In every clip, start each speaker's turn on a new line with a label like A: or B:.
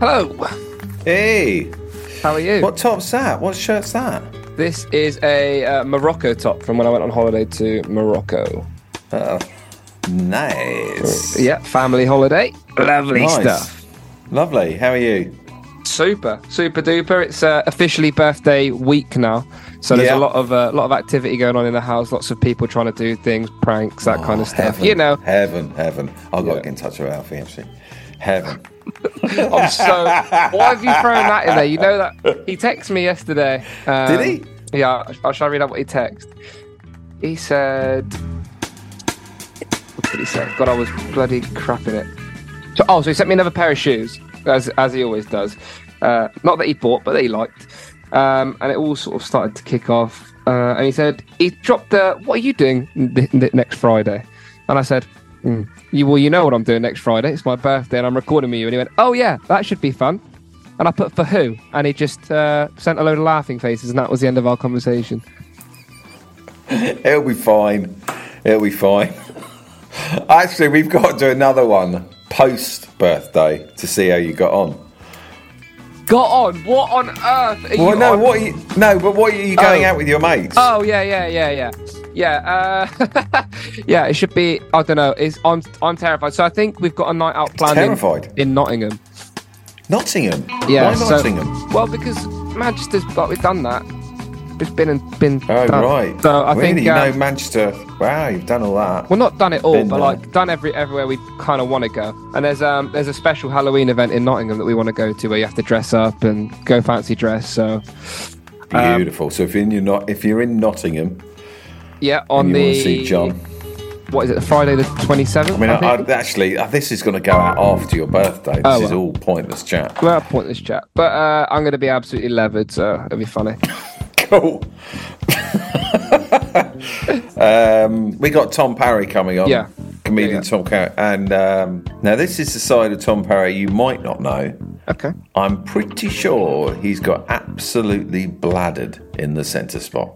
A: Hello.
B: Hey,
A: How are you?
B: what top's that? What shirt's that?
A: This is a uh, Morocco top from when I went on holiday to Morocco.
B: Oh, nice.
A: Yeah, family holiday. Lovely
B: nice.
A: Uh, stuff.
B: Lovely. How are you?
A: Super, super duper. It's uh, officially birthday week now, so there's
B: Yeah.
A: a lot of uh, lot of activity going on in the house. Lots of people trying to do things, pranks, that kind of stuff.
B: Oh, Heaven,
A: You know,
B: Heaven, heaven. I've got to get in touch with Alfie, actually. Heaven.
A: I'm so. Why have you thrown that in there? You know that he texted me yesterday. Um,
B: Did
A: Yeah, I'll shall I read out what he texted. He said, "What did he say?" God, I was bloody crapping it. So, oh, so he sent me another pair of shoes, as as he always does. Uh, not that he bought, but that he liked. Um, and it all sort of started to kick off. Uh, and he said he dropped the. What are you doing n- n- next Friday? And I said, "Mm, "You well, you know what I'm doing next Friday. It's my birthday, and I'm recording with you." And he went, "Oh yeah, that should be fun." And I put for who, and he just uh, sent a load of laughing faces, and that was the end of our conversation.
B: It'll be fine. It'll be fine. actually, we've got to do another one post birthday to see how you got on.
A: Got on? What on earth are
B: Well,
A: you
B: no,
A: on?
B: what are you, no, but what are you going
A: Oh.
B: out with your mates?
A: Oh yeah, yeah, yeah, yeah, yeah. Uh, yeah, it should be. I don't know. It's I'm I'm terrified. So I think we've got a night out planned. in-
B: Terrified?
A: in, Nottingham.
B: Nottingham.
A: Yeah.
B: Why
A: so-
B: Nottingham?
A: well, because Manchester's like we've done that. It's been and been.
B: oh,
A: done.
B: right.
A: uh, So I
B: really,
A: think
B: you
A: um,
B: know Manchester. Wow, you've done all that.
A: Well, not done it all,
B: Been
A: but
B: there.
A: like done every everywhere we kind of want to go. And there's um there's a special Halloween event in Nottingham that we want to go to where you have to dress up and go fancy dress. So Um,
B: Beautiful. so if you're in your not if you're in Nottingham
A: yeah, on
B: and you
A: the
B: want to see John.
A: what is it? Friday the twenty seventh.
B: I mean, I, I, actually, uh, this is going to go out after your birthday. This
A: Oh,
B: is
A: well.
B: all pointless chat.
A: Well, pointless chat, but uh, I'm going to be absolutely levered, so it'll be funny.
B: Cool. um, we got Tom Parry coming on.
A: Yeah.
B: Comedian
A: Yeah, yeah.
B: Tom Parry. And um, now, this is the side of Tom Parry you might not know.
A: Okay.
B: I'm pretty sure he's got absolutely bladdered in the centre spot.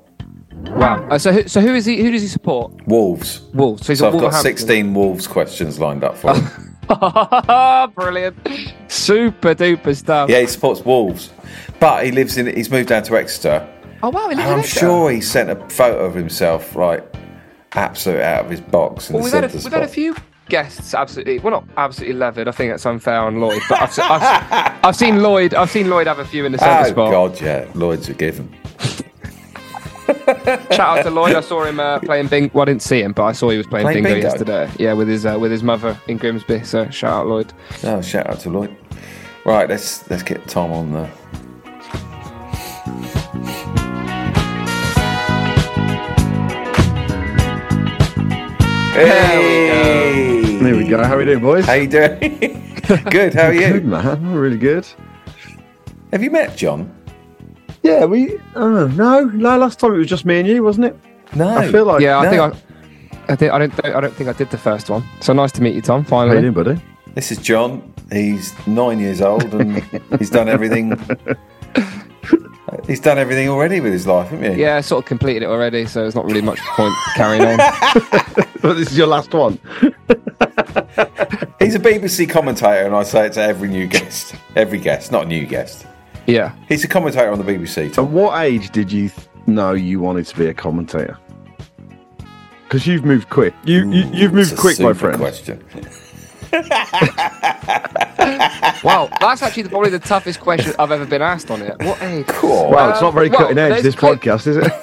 A: Wow. Uh, so, who, so who is he? Who does he support?
B: Wolves.
A: Wolves. So he's
B: So
A: a
B: I've got
A: Wolverhampton.
B: 16 Wolves questions lined up for him.
A: Brilliant. Super duper stuff.
B: yeah, he supports Wolves. But he lives in, he's moved down to Exeter.
A: Oh wow, he lives
B: And I'm
A: in Exeter.
B: sure he sent a photo of himself, like absolute out of his box in
A: Well,
B: the
A: we've had, a,
B: centre
A: we've
B: spot.
A: had a few guests absolutely well not absolutely levered i think that's unfair on lloyd but i've, se- I've, se- I've seen lloyd i've seen lloyd have a few in the centre
B: Oh
A: spot
B: God, yeah, Lloyd's a given.
A: shout out to lloyd i saw him uh, playing bingo well, i didn't see him but i saw he was playing,
B: Playing
A: bingo,
B: bingo?
A: yesterday yeah with his uh, with his mother in grimsby so shout out lloyd
B: Oh, shout out to Lloyd. Right, let's let's get Tom on the. Hey,
C: There we go. How are we doing, boys?
B: How you doing? good. How are
C: Good,
B: you?
C: man. Really good.
B: Have you met John?
C: Yeah, we. Oh no, no. Last time it was just me and you, wasn't it?
B: No.
C: I feel like.
A: yeah i
B: no.
A: think i I, think, I don't. I don't think I did the first one. So nice to meet you, Tom.
C: How you
A: Finally.
C: doing, buddy?
B: This is John. He's nine years old and he's done everything. He's done everything already with his life, hasn't he?
A: Yeah, I sort of completed it already, so there's not really much point carrying on.
C: But this is your last one.
B: He's a BBC commentator, and I say it to every new guest. Every guest, not new guest.
A: Yeah.
B: He's a commentator on the BBC.
C: At
B: Tom.
C: what age did you th- know you wanted to be a commentator? Because you've moved quick. Mm, You, you you've moved
B: It's a
C: Oh, quick, my
B: super
C: friend.
B: Question.
A: Wow, that's actually the- probably the toughest question I've ever been asked on it. What age?
B: Cool.
C: Wow, it's not very
A: Um, well,
C: cutting edge.
A: there's
C: This
A: clear-
C: podcast, is it?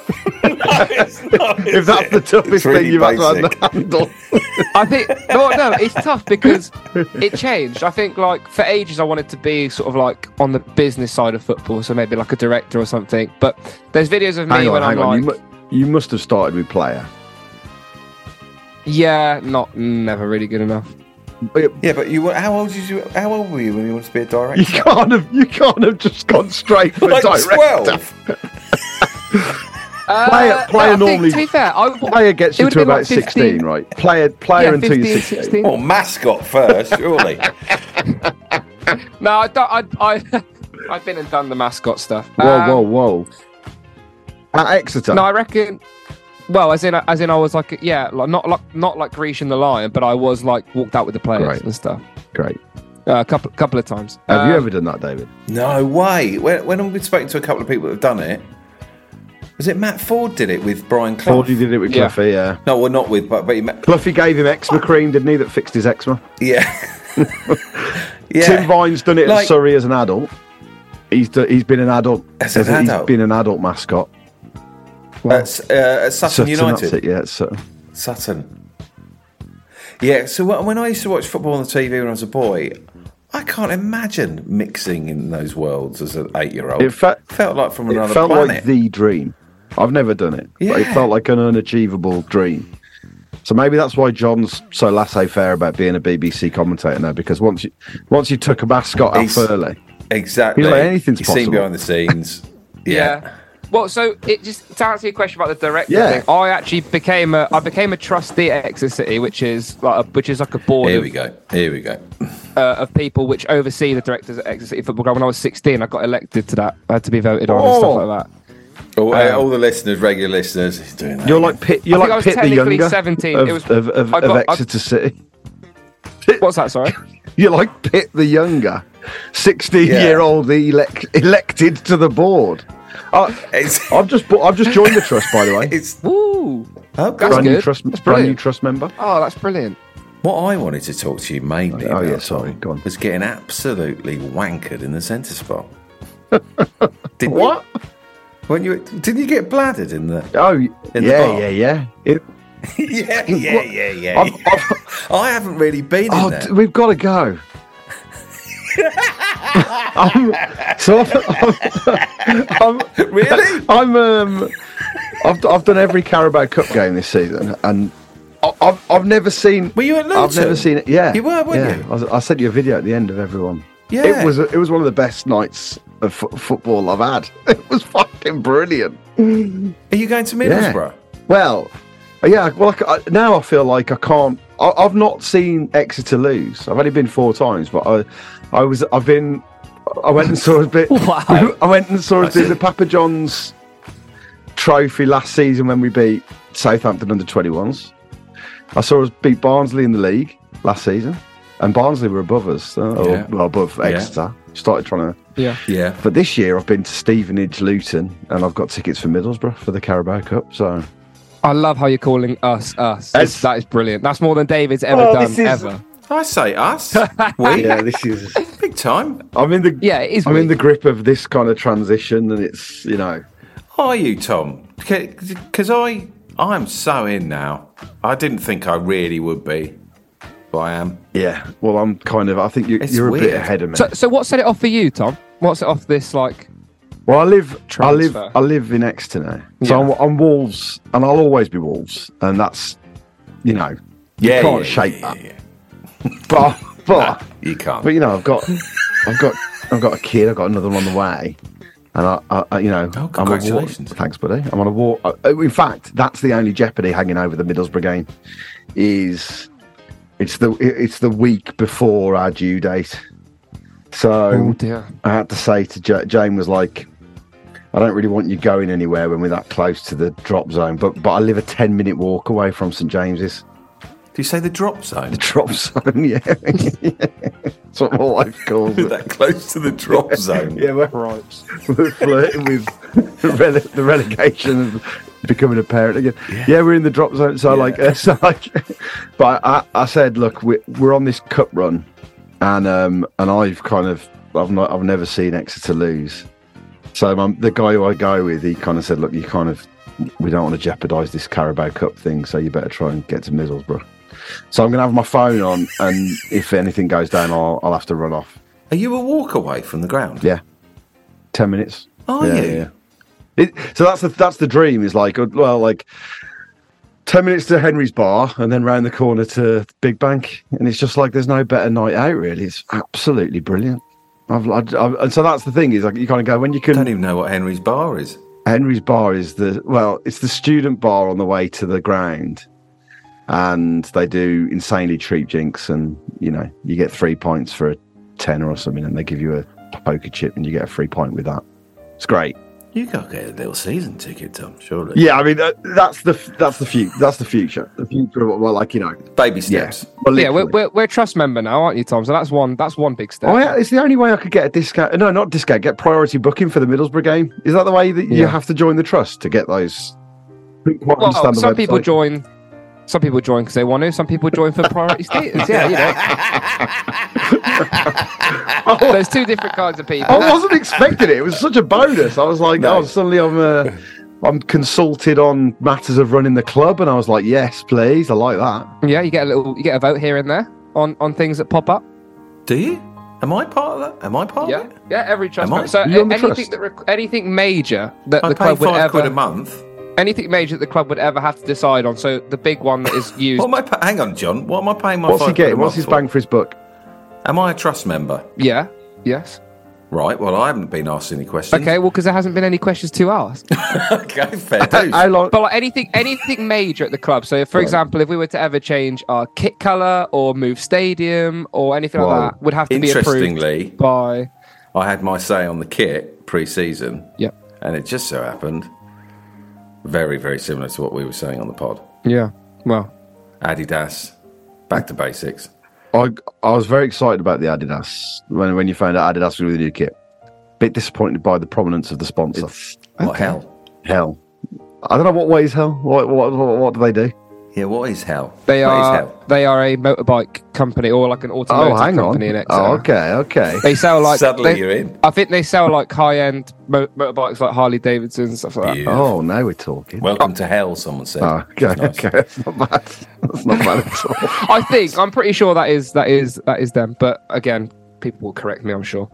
B: It's not, is
C: if that's
B: it?
C: the toughest
B: It's really
C: thing you've had
B: basic.
C: to handle.
A: I think no, no, it's tough because it changed. I think like for ages I wanted to be sort of like on the business side of football, so maybe like a director or something. But there's videos of me
C: hang on,
A: when I'm
C: hang on.
A: like,
C: You, mu- you must have started with player.
A: yeah, not never really good enough.
B: Yeah, but you were. How old did you? How old were you when you wanted to be a
C: You
B: director?
C: can't have you can't have just gone straight for
B: like
C: director.
B: twelve.
A: Uh,
C: Player-
A: no,
C: player
A: I think,
C: normally-
A: To be fair, I,
C: Player gets
A: it
C: you
A: would've
C: to
A: been
C: about
A: like 15
C: sixteen, right? Player player
A: Yeah,
C: until
A: 15,
C: you're sixteen. Oh.
A: 16.
B: Well, mascot first, surely.
A: No, I don't. I, I, I've been and done the mascot stuff. Um,
C: Whoa, whoa, whoa! At Exeter.
A: No, I reckon. Well, as in, as in, I was like, yeah, like, not like not like Grecian the Lion, but I was like walked out with the players
C: Great.
A: and stuff
C: Great.
A: uh, a couple couple of times.
C: Have you
A: Um,
C: ever done that, David?
B: No way. When, when I've been speaking to a couple of people that have done it, was it Matt Ford did it with Brian Clough?
C: Or you did it with
A: Yeah.
C: Cluffy? Yeah.
B: No, well, not with, but, but he, ma-
C: Cluffy gave him eczema cream, didn't he? That fixed his eczema.
B: yeah. yeah.
C: Tim Vine's done it
B: Like-
C: at Surrey as an adult. He's do, he's been an adult.
B: As an
C: he's
B: adult?
C: been an adult mascot.
B: At, uh, at Sutton
C: Sutton, that's it,
B: United.
C: yeah. So
B: Sutton. Yeah, so when when I used to watch football on the TV when I was a boy, I can't imagine mixing in those worlds as an eight year old.
C: It fe-
B: felt like from
C: it
B: another
C: felt
B: planet.
C: like the dream. I've never done it, but it
B: Yeah.
C: felt like an unachievable dream. So maybe that's why John's so laissez-faire about being a BBC commentator now, because once you once you took a mascot off
B: He's-
C: early,
B: Exactly.
C: You know, anything's
B: you seen
C: possible.
B: behind the scenes.
A: Yeah.
B: yeah.
A: Well, so it just to answer your question about the director
C: Yeah.
A: thing, I actually became a I became a trustee at Exeter City, which is like a, which is like a board
B: Here
A: of,
B: we go. Here we go.
A: uh, of people which oversee the directors at Exeter City Football Club. When I was 16, I got elected to that. I had to be voted on and
C: Oh.
A: stuff like that.
B: All,
A: Um,
B: uh, all the listeners, regular listeners, he's doing that.
C: you're like Pitt, you're
A: I think I
C: like
A: was
C: Pitt the
A: technically
C: younger
A: 17.
C: of,
A: It was-
C: of, of,
A: I
C: of
A: got- I-
C: Exeter City.
A: What's that? Sorry.
C: You're like Pitt the younger, sixteen-year-old elect, elected to the board. I,
B: It's-
C: I've just bought, I've just joined the trust, by the way.
B: It's
A: Woo!
B: oh,
A: That's
C: brand new
A: good.
C: trust,
A: That's
C: brand new
A: brilliant.
C: trust member.
A: Oh, that's brilliant.
B: what I wanted to talk to you mainly
C: Oh,
B: about
C: yeah, sorry,
B: Tom,
C: go on.
B: was getting absolutely wankered in the centre spot. Did
C: What?
B: When you didn't you get bladdered in the?
C: Oh,
B: the
C: yeah,
B: bar.
C: yeah, yeah. It,
B: yeah, yeah,
C: What?
B: yeah, yeah.
C: I've-
B: I haven't really been in
C: oh,
B: there.
C: d- we've got to go. I'm, so I'm, I'm,
B: Really?
C: I'm um, I've, d- I've done every Carabao Cup game this season, and I- I've, I've never seen.
B: Were you at Luton?
C: I've never seen it. Yeah,
B: You were, weren't
C: yeah.
B: you?
C: I, was- I sent you a video at the end of everyone.
B: Yeah.
C: it was it was one of the best nights of fo- football I've had. It was fucking brilliant.
B: Are you going to
C: Yeah.
B: Middlesbrough?
C: Well, uh, yeah. Well, I c- I- now I feel like I can't. I, I've not seen Exeter lose. I've only been four times, but I, I was. I've been. I went and saw a bit.
A: Wow.
C: I went and saw us do the Papa John's trophy last season when we beat Southampton under 21s. I saw us beat Barnsley in the league last season, and Barnsley were above us, so, or
B: Yeah.
C: well, above Exeter. Started trying to.
A: Yeah.
B: Yeah.
C: But this year I've been to Stevenage, Luton, and I've got tickets for Middlesbrough for the Carabao Cup. So
A: I love how you're calling us us.
C: That's-
A: that is brilliant. That's more than David's ever
C: Oh,
A: done
C: this is-
A: ever.
B: I say us. we
C: yeah, this is.
B: big time.
C: I'm in the
A: Yeah, it is
C: I'm in
A: weird.
C: the grip of this kind of transition, and it's you know
B: Are you Tom? Because I I'm so in now. I didn't think I really would be, but I am.
C: yeah. Well, I'm kind of. I think you,
B: It's
C: you're a bit
B: weird.
C: ahead of me.
A: So, so what set it off for you, Tom? What's it off this like?
C: well, I live I live
A: Transfer.
C: I live in Exeter now, so I'm, I'm Wolves, and I'll always be Wolves, and that's you know you
B: Yeah,
C: can't
B: yeah,
C: shake
B: yeah,
C: that.
B: yeah,
C: But but
B: yeah. You can't.
C: but you know I've got I've got I've got a kid, I've got another one on the way, and I, I, I you know
B: Oh,
C: I'm on a walk-
B: congratulations.
C: Thanks, buddy. I'm on a war. uh, In fact, that's the only jeopardy hanging over the Middlesbrough game. Is it's the it- it's the week before our due date.
B: Oh,
C: So
A: Oh, dear.
C: I had to say to Ja Jane was like, I don't really want you going anywhere when we're that close to the drop zone. But but I live a ten minute walk away from St James's.
D: you say the drop zone?
C: The drop zone, yeah. That's what my wife calls
D: We're
C: it.
D: that close to the drop zone.
C: Yeah, we're,
A: Right.
C: we're flirting with the, rele- the relegation of becoming a parent again. Yeah, we're in the drop zone. So,
D: Yeah.
C: like, uh, so like, but I, I said, look, we're, we're on this cup run, and um, and I've kind of, I've not, I've never seen Exeter lose. So my, the guy who I go with, he kind of said, look, you kind of, we don't want to jeopardise this Carabao Cup thing, so you better try and get to Middlesbrough. So I'm going to have my phone on, and if anything goes down, I'll, I'll have to run off.
D: Are you a walk away from the ground?
C: Yeah, ten minutes.
D: Are
C: yeah,
D: you?
C: yeah. It, so that's the that's the dream. Is like uh, well, like ten minutes to Henry's bar, and then round the corner to Big Bank, and it's just like there's no better night out. Really, it's absolutely brilliant. I've, I've, I've, and so that's the thing is like you kind of go when you
D: I
C: can
D: don't even know what Henry's bar is.
C: Henry's bar is the well, it's the student bar on the way to the ground, and they do insanely cheap drinks, and you know you get three pints for a tenner or something, and they give you a poker chip, and you get a free pint with that. It's great.
D: You got to get a little season ticket, Tom, surely.
C: Yeah, I mean uh, that's the that's the future. That's the future. The future. Of, well, like you know.
D: Baby
C: Yeah.
D: steps.
C: Well,
A: Yeah, we're,
C: literally.
A: we're, we're a trust member now, aren't you, Tom? So that's one that's one big step.
C: Oh, yeah, it's the only way I could get a discount. No, not discount. Get priority booking for the Middlesbrough game. Is that the way that you
A: Yeah.
C: have to join the trust to get those? I don't quite
A: Well,
C: understand the
A: some people
C: website.
A: join. Some people join because they want to. Some people join for priority status. Yeah, you know. There's two different kinds of people.
C: Oh, I wasn't expecting it. It was such a bonus. I was like,
D: No.
C: oh, suddenly I'm uh, I'm consulted on matters of running the club, and I was like, yes, please, I like that.
A: Yeah, you get a little, you get a vote here and there on on things that pop up.
D: Do you? Am I part of that? Am I part
A: Oh, Yeah,
D: of it?
A: yeah, every trust.
D: Am I?
A: member. So
C: You're on the
A: anything
C: trust.
A: that requ- anything major that
D: I
A: the
D: pay
A: club would
D: five
A: ever
D: quid a month.
A: anything major that the club would ever have to decide on. So the big one that
C: Oh
A: is used.
D: What am I pa- hang on, John. What am I paying my
C: What's he
D: five quid a
C: getting? What's
D: month
C: his
D: for?
C: bang for his buck?
D: Am I a trust member?
A: yeah. Yes.
D: Right. Well, I haven't been asked any questions.
A: Okay. Well, because there hasn't been any questions to ask.
D: okay. Fair dues.
C: How long?
A: But like anything, anything major at the club. So, for example, if we were to ever change our kit color or move stadium or anything
C: Wow.
A: like that, would have to be approved
D: Interestingly,
A: by.
D: I had my say on the kit pre-season,
A: Yep.
D: and it just so happened very, very similar to what we were saying on the pod.
A: Yeah. Well.
D: Adidas, back to basics.
C: I I was very excited about the Adidas when when you found out Adidas was with the new kit. Bit disappointed by the prominence of the sponsor.
D: What hell?
C: hell, I don't know what ways hell. What what what, what do they do?
D: Yeah. What is hell?
A: They
D: What is
A: are
D: hell?
A: they are a motorbike company or like an automotive
C: Oh, hang on.
A: company in Exeter.
C: Oh, okay, okay.
A: They sell like
D: Suddenly
A: they-
D: you're in.
A: I think they sell like high end mo- motorbikes like Harley Davidsons and stuff like that.
D: You-
C: Oh, now we're talking.
D: Welcome to hell. Someone said.
C: Oh, okay,
D: It's nice.
C: okay. That's not bad. That's not bad at all.
A: I think I'm pretty sure that is that is that is them. But again, people will correct me. I'm sure.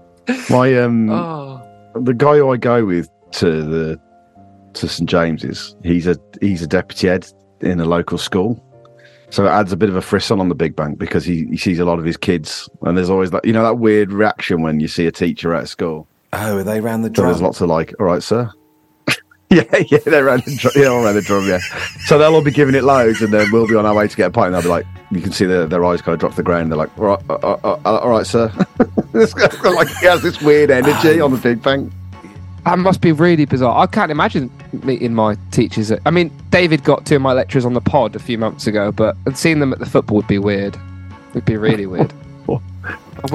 C: My um,
A: Oh.
C: the guy who I go with to the to St James's, he's a he's a deputy ed in a local school, so it adds a bit of a frisson on the big bank because he, he sees a lot of his kids, and there's always that you know that weird reaction when you see a teacher at a school.
D: Oh, are they round the
C: So
D: drum?
C: there's lots of like, all right, sir. yeah, yeah, they're around the drum. Yeah, all around the drum. Yeah, so they'll all be giving it loads, and then we'll be on our way to get a pint. And they'll be like, you can see their, their eyes kind of drop to the ground. They're like, all right, uh, uh, uh, all right, sir. This guy's got, like he has this weird energy on the big bank.
A: That must be really bizarre. I can't imagine meeting my teachers. At, I mean, David got two of my lecturers on the pod a few months ago, but seeing them at the football would be weird. It'd be really weird.
D: Were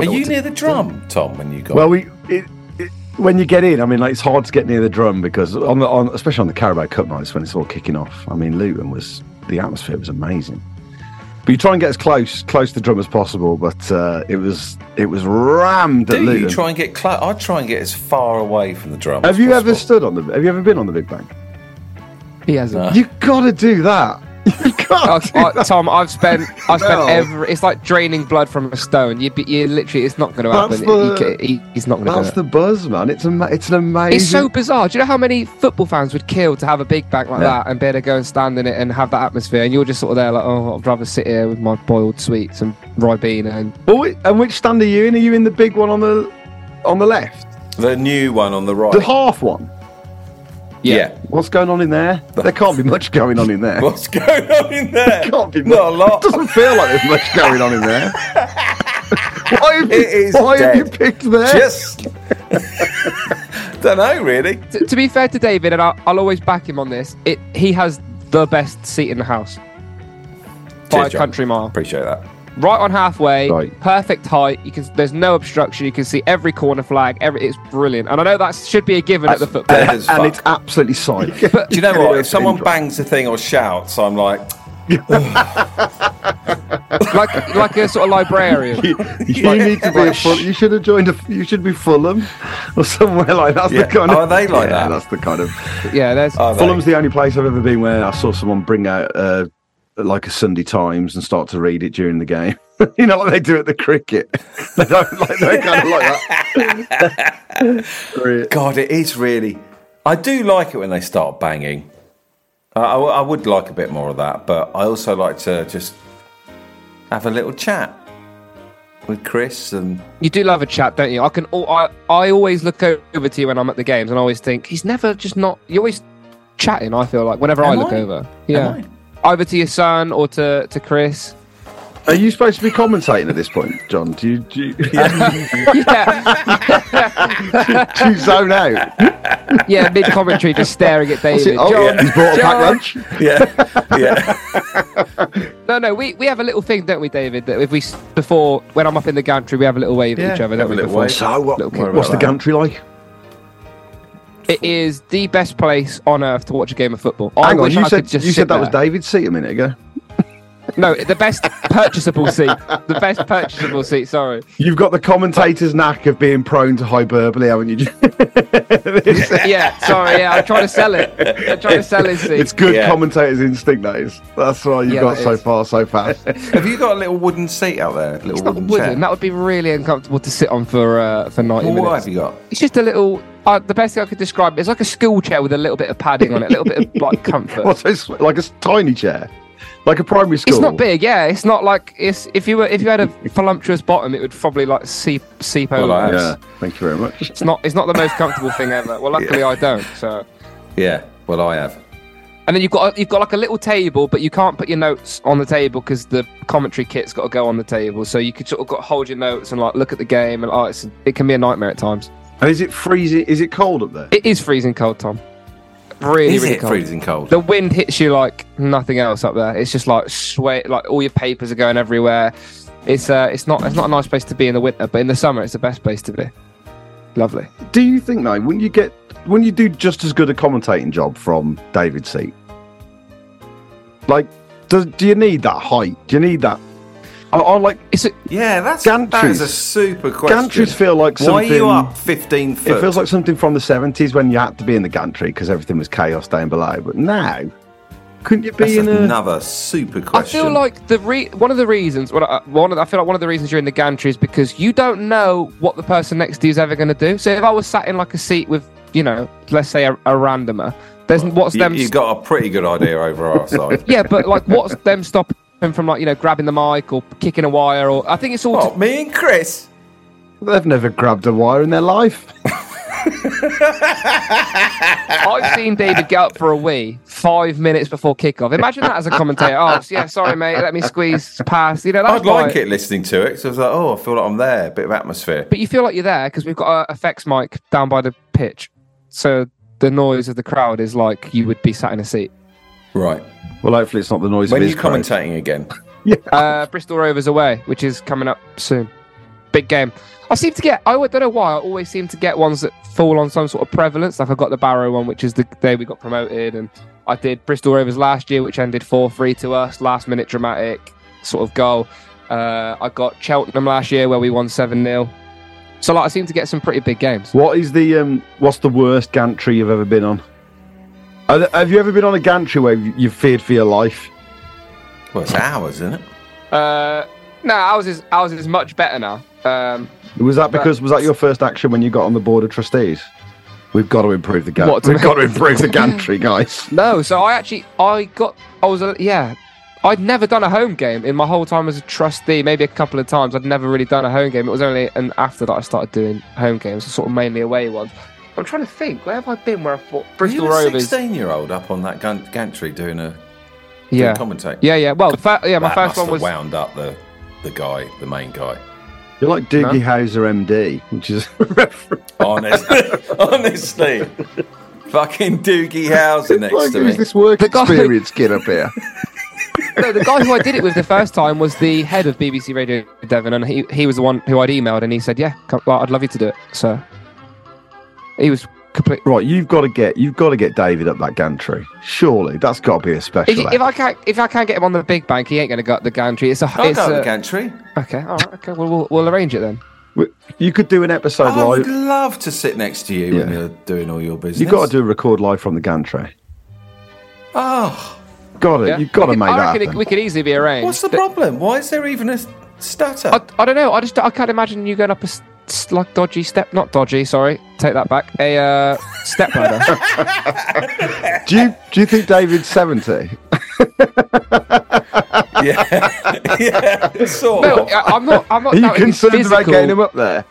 D: you near the drum, Tom, when you got?
C: Well, we it, it, when you get in, I mean, like it's hard to get near the drum because on the on especially on the Carabao Cup nights when it's all kicking off. I mean, Luton was the atmosphere was amazing. But you try and get as close close to the drum as possible. But uh, it was it was rammed at
D: do
C: Luton.
D: you try and get close? I try and get as far away from the drum.
C: have
D: as
C: you
D: possible.
C: ever stood on the? Have you ever been on the Big Bang?
A: He hasn't.
C: You gotta do that. You
A: Oh,
C: got to.
A: oh, Tom, I've spent, I've spent
C: No.
A: every. It's like draining blood from a stone. You, you literally, it's not going to
C: That's
A: happen.
C: the-
A: He- he- he's not going to.
C: That's the buzz, man. It's a it's an amazing.
A: It's so bizarre. Do you know how many football fans would kill to have a big bank like
C: Yeah.
A: that and be able to go and stand in it and have that atmosphere? And you're just sort of there, like, oh, I'd rather sit here with my boiled sweets and ribena. And
C: Oh, wait, and which stand are you in? Are you in the big one on the on the left,
D: The new one on the right.
C: the half one?
D: yeah.
C: What's going on in there? There can't be much going on in there.
D: What's going on in there?
C: Can't be
D: Not a
C: much-
D: lot.
C: It doesn't feel like there's much going on in there. why have, you,
D: It is
C: why have
D: dead.
C: you picked there?
D: Just don't know really.
A: T- to be fair to David, and I'll, I'll always back him on this, it, he has the best seat in the house. by
D: Cheers,
A: a
D: John.
A: country mile.
D: Appreciate that.
A: Right on halfway,
C: Right.
A: perfect height. You can there's no obstruction. You can see every corner flag. Every it's brilliant. And I know that should be a given at the football.
B: Dead as
C: and
B: fuck.
C: it's absolutely silent.
B: Do you know what?
C: Yeah,
B: If someone
C: syndrome.
B: bangs a thing or shouts, I'm like,
A: like like a sort of librarian.
C: you, you need to be a full, you should have joined a you should be Fulham or somewhere like that. that's
B: Yeah. Oh,
C: the kind of
B: Are they like
C: Yeah,
B: that?
C: that's the kind of
A: Yeah, there's
B: are they?
C: Fulham's the only place I've ever been where I saw someone bring out uh, like a Sunday Times and start to read it during the game. you know, like they do at the cricket. They don't like they kind of like that.
B: God, it is really. I do like it when they start banging. I, I w- I would like a bit more of that, but I also like to just have a little chat with Chris and
A: you do love a chat, don't you? I can all I, I always look over to you when I'm at the games and I always think he's never just not you always chatting, I feel like, whenever I
B: Am
A: look
B: I?
A: over. Yeah. Either to your son or to, to Chris.
C: Are you supposed to be commentating at this point, John? Do you, do you,
A: Yeah,
C: do you zone out?
A: yeah mid commentary just staring at
C: What's
A: David.
C: it- Oh,
A: John,
C: he's brought a packed
A: John.
C: lunch.
B: yeah, yeah.
A: No, no, we, we have a little thing, don't we, David? That if we s- before when I'm up in the gantry, we have a little wave at each other.
B: have
A: don't we,
B: a little
A: before-
B: wave.
C: So what?
A: Little kid.
C: What's the gantry like?
A: It is the best place on earth to watch a game of football. I
C: Hang on,
A: wish
C: you
A: I
C: said
A: could just
C: you
A: sit
C: said that was
A: there.
C: David's seat a minute ago.
A: No, the best purchasable seat. The best purchasable seat. Sorry.
C: You've got the commentator's knack of being prone to hyperbole, haven't you?
A: Yeah, sorry. Yeah, I'm trying to sell it. I'm trying to sell his seat.
C: it's good
B: Yeah.
C: commentator's instinct, that is. That's why you
A: Yeah,
C: got
A: that
C: so
A: is.
C: far so fast.
B: Have you got a little wooden seat out there? A little
A: It's not
B: wooden,
A: wooden.
B: chair.
A: That would be really uncomfortable to sit on for uh, for 90
B: Well, what
A: minutes.
B: have you got?
A: It's just a little. Uh, the best thing I could describe it is like a school chair with a little bit of padding on it, a little bit of like comfort.
C: What's this? Like a s- tiny chair? Like a primary school?
A: It's not big, yeah. It's not like it's if you were if you had a voluptuous bottom, it would probably like seep seep over.
B: Well, I-
C: Yeah, thank you very much.
A: It's not it's not the most comfortable thing ever. Well, luckily I don't. So,
B: Yeah. Well, I have.
A: and then you've got you've got like a little table, but you can't put your notes on the table because the commentary kit's got to go on the table. So you could sort of got hold your notes and like look at the game, and oh, it's, it can be a nightmare at times.
C: And is it freezing? Is it cold up there?
A: It is freezing cold, Tom. Really,
B: is
A: really
B: it
A: cold.
B: freezing cold?
A: The wind hits you like nothing else up there. It's just like sway, like all your papers are going everywhere. It's uh, it's not it's not a nice place to be in the winter, but in the summer it's the best place to be. Lovely.
C: Do you think, though, wouldn't you get, wouldn't you do just as good a commentating job from David's seat? Like, does, do you need that height? Do you need that? I, I like,
A: It's a,
B: yeah, that's that
C: Gantries.
B: is a super question.
C: Gantries feel like
B: Why are you
C: something-
B: up fifteen foot?
C: It feels like something from the 70s when you had to be in the gantry because everything was chaos down below. But now, couldn't you
B: that's
C: be in a.
B: another super question.
A: I feel like the re- one of the reasons well, uh, one of the, I feel like one of the reasons you're in the gantry is because you don't know what the person next to you is ever going to do. So if I was sat in like a seat with you know let's say a, a randomer, there's what's
B: you,
A: them
B: you got a pretty good idea over our side.
A: yeah, but like what's them stopping from like you know grabbing the mic or kicking a wire or I think it's all to-
B: What, me and Chris?
C: They've never grabbed a wire in their life.
A: I've seen David get up for a wee five minutes before kickoff. Imagine that as a commentator. Oh, yeah, sorry, mate. Let me squeeze past. You know, that's
B: I'd like
A: right.
B: it listening to it. So I was like, oh, I feel like I'm there. Bit of atmosphere.
A: But you feel like you're there because we've got a effects mic down by the pitch, so the noise of the crowd is like you would be sat in a seat.
B: Right.
C: Well, hopefully it's not the noise
B: When are
C: of
B: you
C: his crowd.
B: commentating again?
A: Uh, Bristol Rovers away, which is coming up soon. Big game. I seem to get. I don't know why. I always seem to get ones that fall on some sort of prevalence. Like I got the Barrow one, which is the day we got promoted, and I did Bristol Rovers last year, which ended four three to us, last minute dramatic sort of goal. Uh, I got Cheltenham last year where we won seven 0 So like I seem to get some pretty big games.
C: What is the um? What's the worst gantry you've ever been on? Are there- Have you ever been on a gantry where you you feared for your life?
B: Well, it's hours, isn't it?
A: Uh, no, ours is ours is much better now. Um,
C: Was that because was that your first action when you got on the board of trustees? We've got to improve the
A: What,
C: gantry.
A: to
C: We've got to improve the gantry, guys.
A: No, so I actually I got I was a, yeah. I'd never done a home game in my whole time as a trustee. Maybe a couple of times. I'd never really done a home game. It was only and after that I started doing home games, sort of mainly away ones. I'm trying to think. Where have I been? Where I fought
B: Were
A: Bristol
B: you a
A: Rovers?
B: 16 year old up on that gan- gantry doing a doing
A: Yeah,
B: commentate?
A: yeah, yeah. Well, fa- yeah. My
B: That
A: first
B: must
A: one
B: have
A: was
B: wound up the, the guy, the main guy.
C: You're like Doogie Howser, MD, which is a reference.
B: Honestly, honestly, fucking Doogie Howser next
C: like,
B: to me.
C: who's this work
A: guy-
C: experience kid up here?
A: No, the guy who I did it with the first time was the head of BBC Radio Devon, and he, he was the one who I'd emailed, and he said, "Yeah, come, well, I'd love you to do it." So he was complete.
C: Right, you've got to get you've got to get David up that gantry. Surely that's got to be a
A: If,
C: special.
A: you-
C: act.
A: if I can't if I can't get him on the big bank, he ain't going to go up the gantry. It's a
B: I'll
A: it's
B: go to
A: a,
B: the gantry.
A: okay, all right, okay. Well, we'll we'll arrange it then.
C: W- you could do an episode
A: Oh,
B: I would
C: live.
B: love to sit next to you when
C: Yeah.
B: you're doing all your business.
C: You've got to do a record live from the gantry.
B: Oh,
C: Got it.
A: Yeah?
C: You've got
A: I
C: to
A: could-
C: make
A: I
C: that
A: reckon it,
C: happen.
A: we could easily be arranged.
B: what's the problem? Why is there even a stutter?
A: I, I don't know. I just I can't imagine you going up a s- s- like dodgy step. Not dodgy. Sorry, take that back. A uh, step ladder.
C: Do you do you think David's seventy?
B: yeah, sort
A: no,
B: of.
A: I, I'm not. I'm not.
C: Are you
A: doubting his
C: concerned about
A: physical-
C: getting him up there?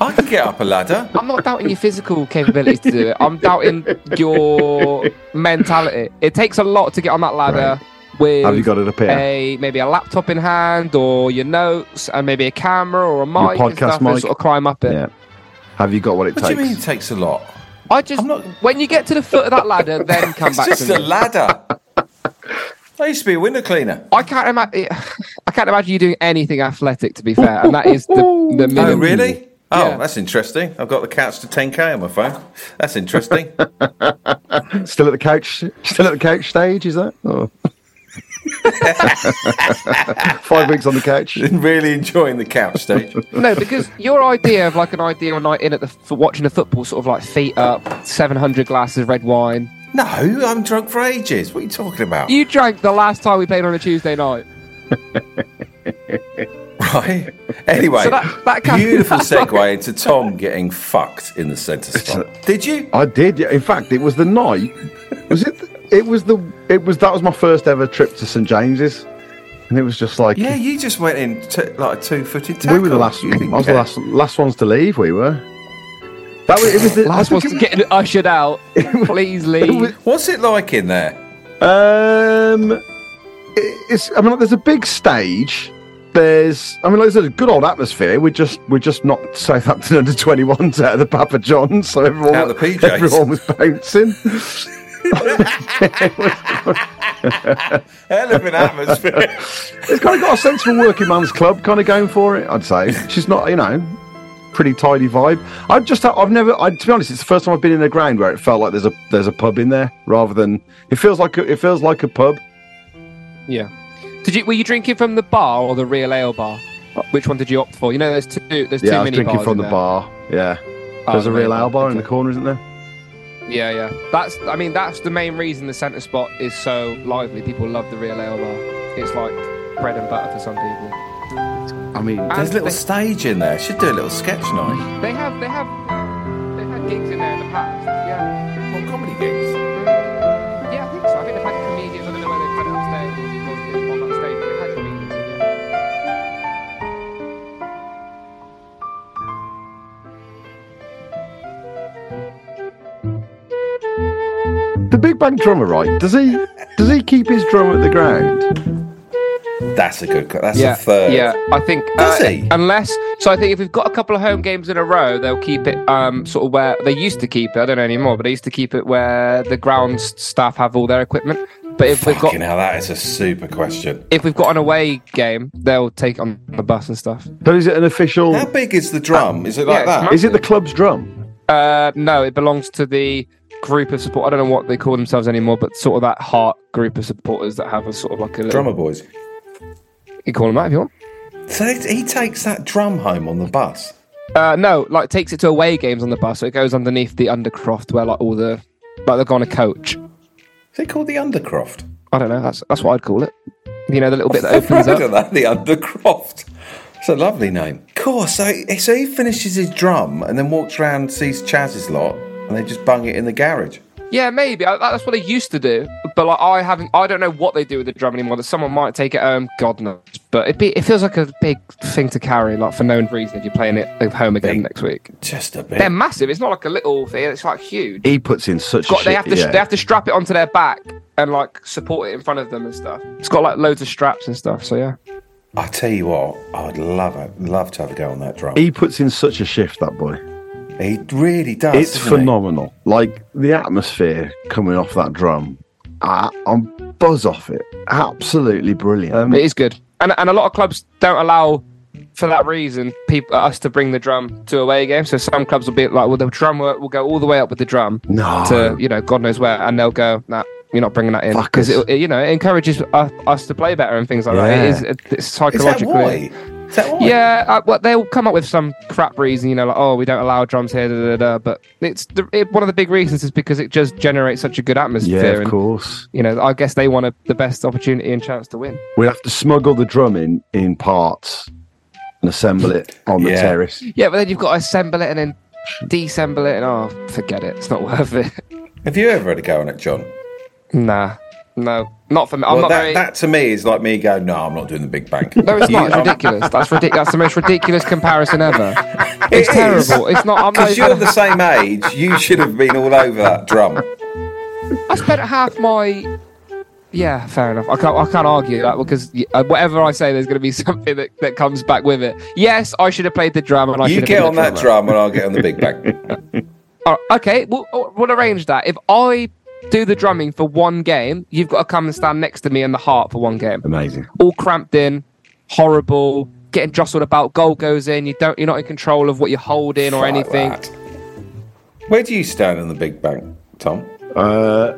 B: I can get up a ladder.
A: I'm not doubting your physical capabilities to do it. I'm doubting your mentality. It takes a lot to get on that ladder with
C: Have you got it up here?
A: a maybe a laptop in hand or your notes and maybe a camera or a mic
C: podcast
A: and stuff and
C: mic?
A: sort of climb up it.
C: Yeah. Have you got what it
B: What do
C: takes?
B: you mean it takes a lot?
A: I just
B: I'm not-
A: when you get to the foot of that ladder, then come
B: It's
A: back
B: just
A: to
B: a
A: me.
B: ladder. I used to be a window cleaner.
A: I can't imagine. I can't imagine you doing anything athletic. To be fair, and that is the the
B: Oh,
A: minimum.
B: really? Oh,
A: Yeah.
B: that's interesting. I've got the couch to 10k on my phone. That's interesting.
C: Still at the couch? Still at the couch stage? Is that? Or- Five weeks on the couch.
B: really enjoying the couch stage.
A: No, because your idea of like an ideal night in at the for watching the football, sort of like feet up, seven hundred glasses of red wine.
B: No, I'm drunk for ages. What are you talking about?
A: You drank the last time we played on a Tuesday night.
B: Right. Anyway,
A: So that- that can't-
B: beautiful segue into Tom getting fucked in the centre spot. Did you?
C: I did. yeah. In fact, it was the night. Was it? It was the. It was that was my first ever trip to St James's, and it was just like
B: Yeah, you just went in t- like a two-footed tackle.
C: we were the last. I
B: You didn't
C: was the
B: care.
C: last last ones to leave. We were. That was. It was the
A: Last
C: I
A: was
C: think it
A: getting ushered out. Please leave.
B: What's it like in there?
C: Um, it- it's. I mean, like, there's a big stage. There's. I mean, like, there's a good old atmosphere. We're just. We're just not Southampton under 21s out of the Papa John's, so everyone.
B: Out of the PJs.
C: Everyone was bouncing.
B: Hell of an atmosphere.
C: it's kind of got a sense of a working man's club kind of going for it. I'd say she's not. You know. Pretty tidy vibe. I've just, I've never, I, to be honest, it's the first time I've been in a ground where it felt like there's a there's a pub in there rather than it feels like a, it feels like a pub.
A: Yeah. Did you? Were you drinking from the bar or the real ale bar? Which one did you opt for? You know, there's two. There's
C: Yeah,
A: two
C: I was
A: mini
C: drinking
A: bars
C: from
A: in
C: the
A: there.
C: bar. Yeah,
A: Oh,
C: there's
A: the
C: a
A: main
C: real ale bar in the
A: okay.
C: corner, isn't there?
A: Yeah, yeah. That's. I mean, that's the main reason the centre spot is so lively. People love the real ale bar. It's like bread and butter for some people.
C: I mean,
B: There's a little
A: they-
B: stage in there. Should do a little sketch night.
A: They have, they have, they've had gigs in there in the past. Yeah,
B: Or comedy gigs.
A: yeah, I think so. I think they've had comedians. I don't know where they've done it upstairs or on that stage, but they've had comedians in there.
C: the Big Bang drummer, right? Does he does he keep his drum at the ground?
B: That's a good. co- That's a third.
A: yeah. I think. uh,
B: Does he?
A: Unless, so I think if we've got a couple of home games in a row, they'll keep it um sort of where they used to keep it. I don't know anymore, but they used to keep it where the ground s- staff have all their equipment. But if we've got
B: Fucking hell, that is a super question.
A: if we've got an away game, they'll take it on the bus and stuff.
C: So is it an official?
B: How big is the drum? Is it like
A: yeah, it's
B: that?
C: Is it the club's drum?
A: Uh, no, it belongs to the group of support. I don't know what they call themselves anymore, but sort of that heart group of supporters that have a sort of like a little,
B: Drummer boys.
A: You can call them that if you want.
B: So it- he takes that drum home on the bus.
A: Uh, no, like takes it to away games on the bus, so it goes underneath the undercroft where like all the like they've gone a coach.
B: Is it called the Undercroft?
A: I don't know. That's that's what I'd call it. You know, the little bit that
B: I've
A: opens
B: heard of
A: up.
B: that, the Undercroft. It's a lovely name. Cool. So, so he finishes his drum and then walks around, sees Chaz's lot, and they just bung it in the garage.
A: Yeah, maybe I, that's what they used to do, but like I haven't. I don't know what they do with the drum anymore. That someone might take it home, God knows. But it be it feels like a big thing to carry, like for no reason. If you're playing it at home again
B: Big.
A: next week.
B: Just a bit.
A: They're massive. It's not like a little thing. It's like huge.
C: He puts in such.
A: Got,
C: shit,
A: they have to
C: yeah.
A: they have to strap it onto their back and like support it in front of them and stuff. It's got like loads of straps and stuff. So yeah.
B: I tell you what, I would love it, love to have a go on that drum. He,
C: He puts in such a shift that boy.
B: really does.
C: It's
B: doesn't he?
C: phenomenal. Like the atmosphere coming off that drum. I, I'm buzz off it. Absolutely brilliant. Um,
A: It is good, and and a lot of clubs don't allow, for that reason, people us to bring the drum to away games. So some clubs will be like, well, the drum will, will go all the way up with the drum
C: No.
A: to you know God knows where, and they'll go, nah, you're not bringing that in
C: Fuckers.
A: because it, it, you know it encourages us, us to play better and things like that. It
C: Yeah.
A: is it, it's
B: Is that
A: psychologically.
B: why? Is that why?
A: Yeah, uh, well, they'll come up with some crap reason, you know, like oh, we don't allow drums here, da, da, da, but it's the, it, one of the big reasons is because it just generates such a good atmosphere.
C: yeah, of
A: and,
C: course.
A: You know, I guess they want a, the best opportunity and chance to win.
C: We'd have to smuggle the drum in in parts and assemble it on the
B: Yeah.
C: terrace.
A: Yeah, but then you've got to assemble it and then deassemble it, and oh, forget it, it's not worth it.
B: Have you ever had a go on it, John?
A: nah, no, not for me. I'm
B: Well,
A: not
B: that,
A: very.
B: that to me is like me going, no, I'm not doing the big bang.
A: no, it's
B: You-
A: not. It's
B: I'm-
A: ridiculous. That's ridiculous. That's the most ridiculous comparison ever. It's
B: is.
A: terrible. It's not. I'm not.
B: Because you're the same age, you should have been all over that drum.
A: I spent half my. Yeah, fair enough. I can't. I can't argue that because uh, whatever I say, there's going to be something that, that comes back with it. Yes, I should have played the drum, and I
B: you
A: should
B: get
A: have
B: on
A: been the
B: that
A: drummer.
B: drum and I'll get on the big bang.
A: All right, okay, we'll, oh, we'll arrange that. If I do the drumming for one game, you've got to come and stand next to me in the heart for one game.
C: Amazing.
A: All cramped in, horrible, getting jostled about. Goal goes in. You don't. You're not in control of what you're holding or
B: Fuck
A: anything.
B: that. Where do you stand on the big bang, Tom?
C: Uh,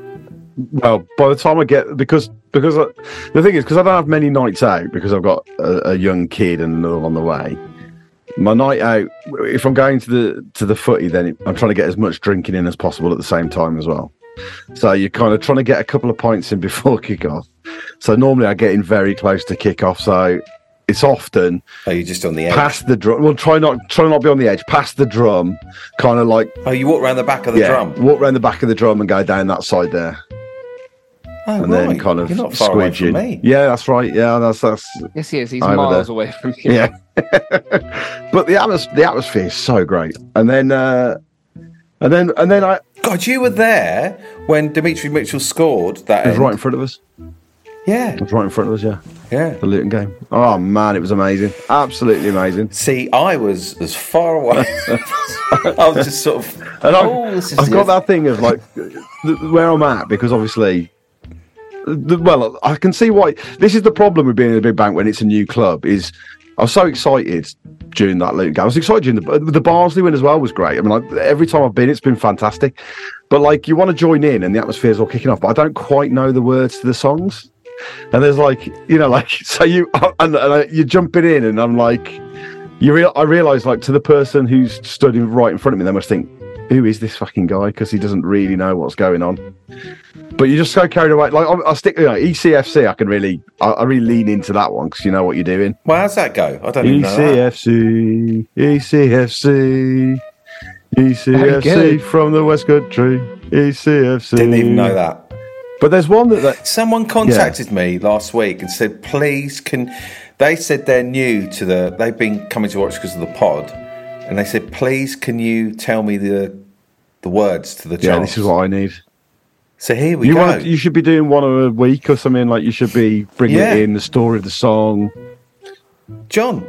C: well, by the time I get because because I, the thing is because I don't have many nights out because I've got a, a young kid and another on the way. My night out, if I'm going to the to the footy, then I'm trying to get as much drinking in as possible at the same time as well. So you're kind of trying to get a couple of pints in before kick off. So normally I get in very close to kick off. So it's often
B: Are you just on the edge?
C: past the drum. Well, try not try not be on the edge. Past the drum, kind of like
B: Oh, you walk around the back of the
C: yeah,
B: drum.
C: walk round the back of the drum and go down that side there
B: Oh,
C: and then
B: right.
C: kind of
B: You're not far away
C: squidge
B: from
C: in.
B: me.
C: Yeah, that's right. Yeah, that's that's
A: Yes, he is. He's
C: I'm with
A: miles
C: her.
A: away from you.
C: yeah. but the atmos- the atmosphere is so great, and then uh, and then and then I
B: God, you were there when Dimitri Mitchell scored that.
C: it was
B: end.
C: right in front of us.
B: Yeah,
C: It was right in front of us. Yeah,
B: yeah.
C: the Luton game. Oh man, it was amazing. Absolutely amazing.
B: See, I was as far away. I was just sort of.
C: And I've,
B: oh, this is
C: I've
B: it.
C: got that thing of like th- where I'm at because obviously, the, well, I can see why this is the problem with being in a big bank when it's a new club. Is I was so excited during that Luton game. I was excited during the the Barnsley win as well was great. I mean, like every time I've been, it's been fantastic. But like you want to join in and the atmosphere's all kicking off, but I don't quite know the words to the songs. And there's like you know like so you uh, and, and I- you're jumping in and I'm like you real I realise like to the person who's stood in right in front of me, they must think, who is this fucking guy? Because he doesn't really know what's going on. But you're just so carried away. Like I, I stick, you know, E ECFC. I can really, I, I really lean into that one because you know what you're doing.
B: Well, how's that go? I uh, don't even
C: E
B: know. That.
C: ECFC, ECFC, E ECFC
A: good.
C: from the West Country. E ECFC.
B: Didn't even know that.
C: But there's one that, that
B: Someone contacted me last week and said, please can. They said they're new to the. They've been coming to watch because of the pod. And they said, please can you tell me the the words to the
C: yeah,
B: chant?
C: this is what I need.
B: So here we
C: You
B: go.
C: want, you should be doing one a week or something. Like you should be bringing
B: Yeah.
C: it in the story of the song.
B: John,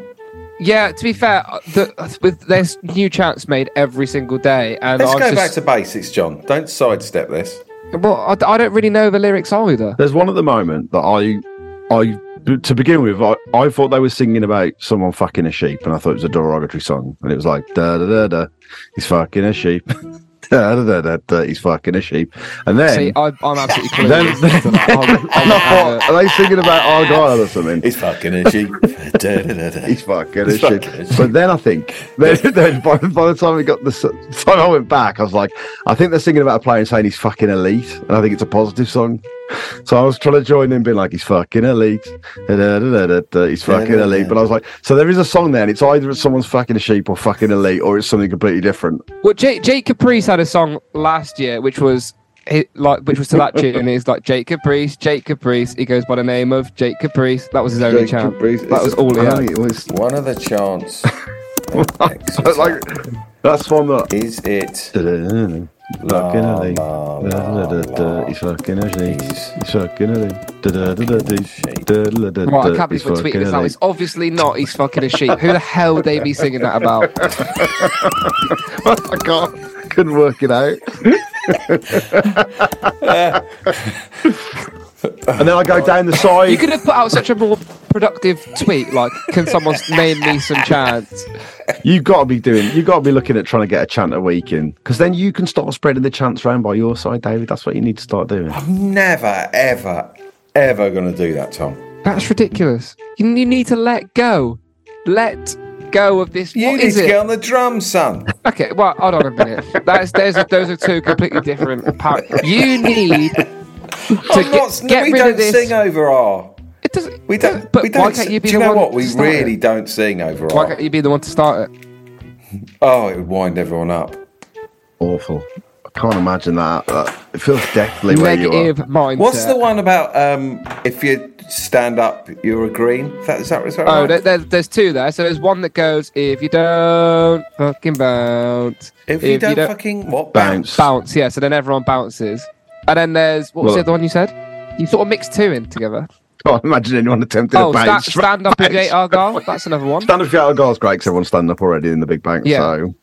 A: Yeah, to be fair, uh, the, with there's new chants made every single day, and
B: let's
A: I've
B: go back
A: just,
B: to basics, John. Don't sidestep this.
A: well, I, I don't really know the lyrics either.
C: There's one at the moment that I, I to begin with, I, I thought they were singing about someone fucking a sheep, and I thought it was a derogatory song, and it was like da da da da, he's fucking a sheep, da da da da da, he's fucking a sheep, and then.
A: See, I, I'm absolutely clueless.
C: then,
A: to that. I'm- I'm-
C: I thought, are they singing about Argyle or something?
B: He's fucking a sheep. Da-da-da-da.
C: He's fucking a
B: He's
C: sheep.
B: fucking a sheep.
C: But then I think, then, then by, by the time we got the s- time I went back, I was like, I think they're singing about a player and saying he's fucking elite, and I think it's a positive song. So I was trying to join in, being like, he's fucking elite, Da-da-da-da-da, he's fucking elite. But I was like, so there is a song there, and it's either someone's fucking a sheep or fucking elite, or it's something completely different.
A: Well, Jake, Jake Caprice had a song last year, which was hi- like, which was to that tune, and it's like Jake Caprice, Jake Caprice. He goes by the name of Jake Caprice. That was his only
C: Jake
A: chant.
C: Caprice.
A: That was all he
C: I think
A: had.
C: it was
B: One of the chants
C: but like that's one that.
B: is it.
C: Da-da-da-da. Fucking elite. Da-da-da-da-da. He's fucking elite.
B: He's
C: He's fucking eh? elite. Da-da-da-da-da.
B: sheep.
C: Da-da-da-da-da.
A: Right, I can't believe
C: He's
A: we're tweeting
C: fucking eh?
A: this out.
C: elite.
A: It's obviously not. He's fucking a sheep. Who the hell would they be singing that about?
C: I can't. Couldn't work it out. And then I go down the side.
A: You could have put out such a more productive tweet, like, "Can someone name me some chants?"
C: You've got to be doing. You've got to be looking at trying to get a chant a week in, because then you can start spreading the chants around by your side, David. That's what you need to start doing.
B: Never, ever, ever going to do that, Tom.
A: That's ridiculous. You, you need to let go. Let go of this.
B: You
A: what
B: need
A: is
B: to
A: it?
B: get on the drum, son.
A: Okay, well, hold on a minute. That's there's those are two completely different. Par- you need to get,
B: I'm not,
A: get
B: we
A: rid
B: don't
A: of this.
B: sing over our.
A: It doesn't.
B: We don't.
A: But
B: we
A: why
B: don't,
A: can't you be
B: do you
A: the
B: know
A: one
B: what?
A: to
B: We
A: start it?
B: really don't sing over
A: Why
B: our.
A: can't you be the one to start it?
B: Oh, it would wind everyone up.
C: Awful. I can't imagine that. That- It feels deathly where you are.
A: Negative mindset.
B: What's the one about um, if you stand up, you're a green? Is that, is that, is that
A: Oh,
B: right?
A: there, there, there's two there. So there's one that goes, if you don't fucking bounce,
B: if, you, don't fucking what
C: Bounce.
A: bounce, yeah. So then everyone bounces, and then there's what was
C: Well-
A: the other one you said? You sort of mixed two in together.
C: Can't imagine anyone attempting
A: Oh,
C: a bounce.
A: sta- stand up and
C: Bounce.
A: get our goal. That's another one.
C: Stand up for your goals, great. 'cause everyone's standing up already in the big bank.
A: Yeah.
C: So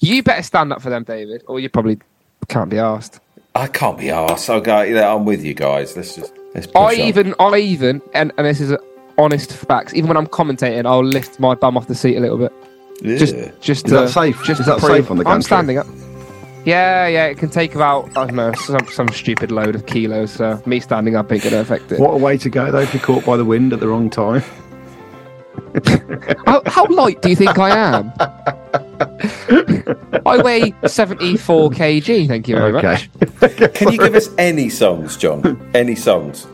A: You better stand up for them, David, or you probably can't be asked.
B: I can't be arsed. Okay, yeah, I'm with you guys. Let's just let's push
A: I
B: on.
A: even, I even, and, and this is honest facts. Even when I'm commentating, I'll lift my bum off the seat a little bit. Just,
B: Ugh.
A: just
C: Is
A: to,
C: that safe?
A: Just
C: Is
A: to
C: that
A: prove-
C: safe on the
A: I'm
C: gantry?
A: standing up. Yeah, yeah. It can take about I don't know some some stupid load of kilos. So me standing up ain't gonna affect it.
C: what a way to go though. If you're caught by the wind at the wrong time.
A: How, how light do you think I am? I weigh 74 kg. Thank you very
C: Okay.
A: much.
B: Can you give us any songs, John? any songs?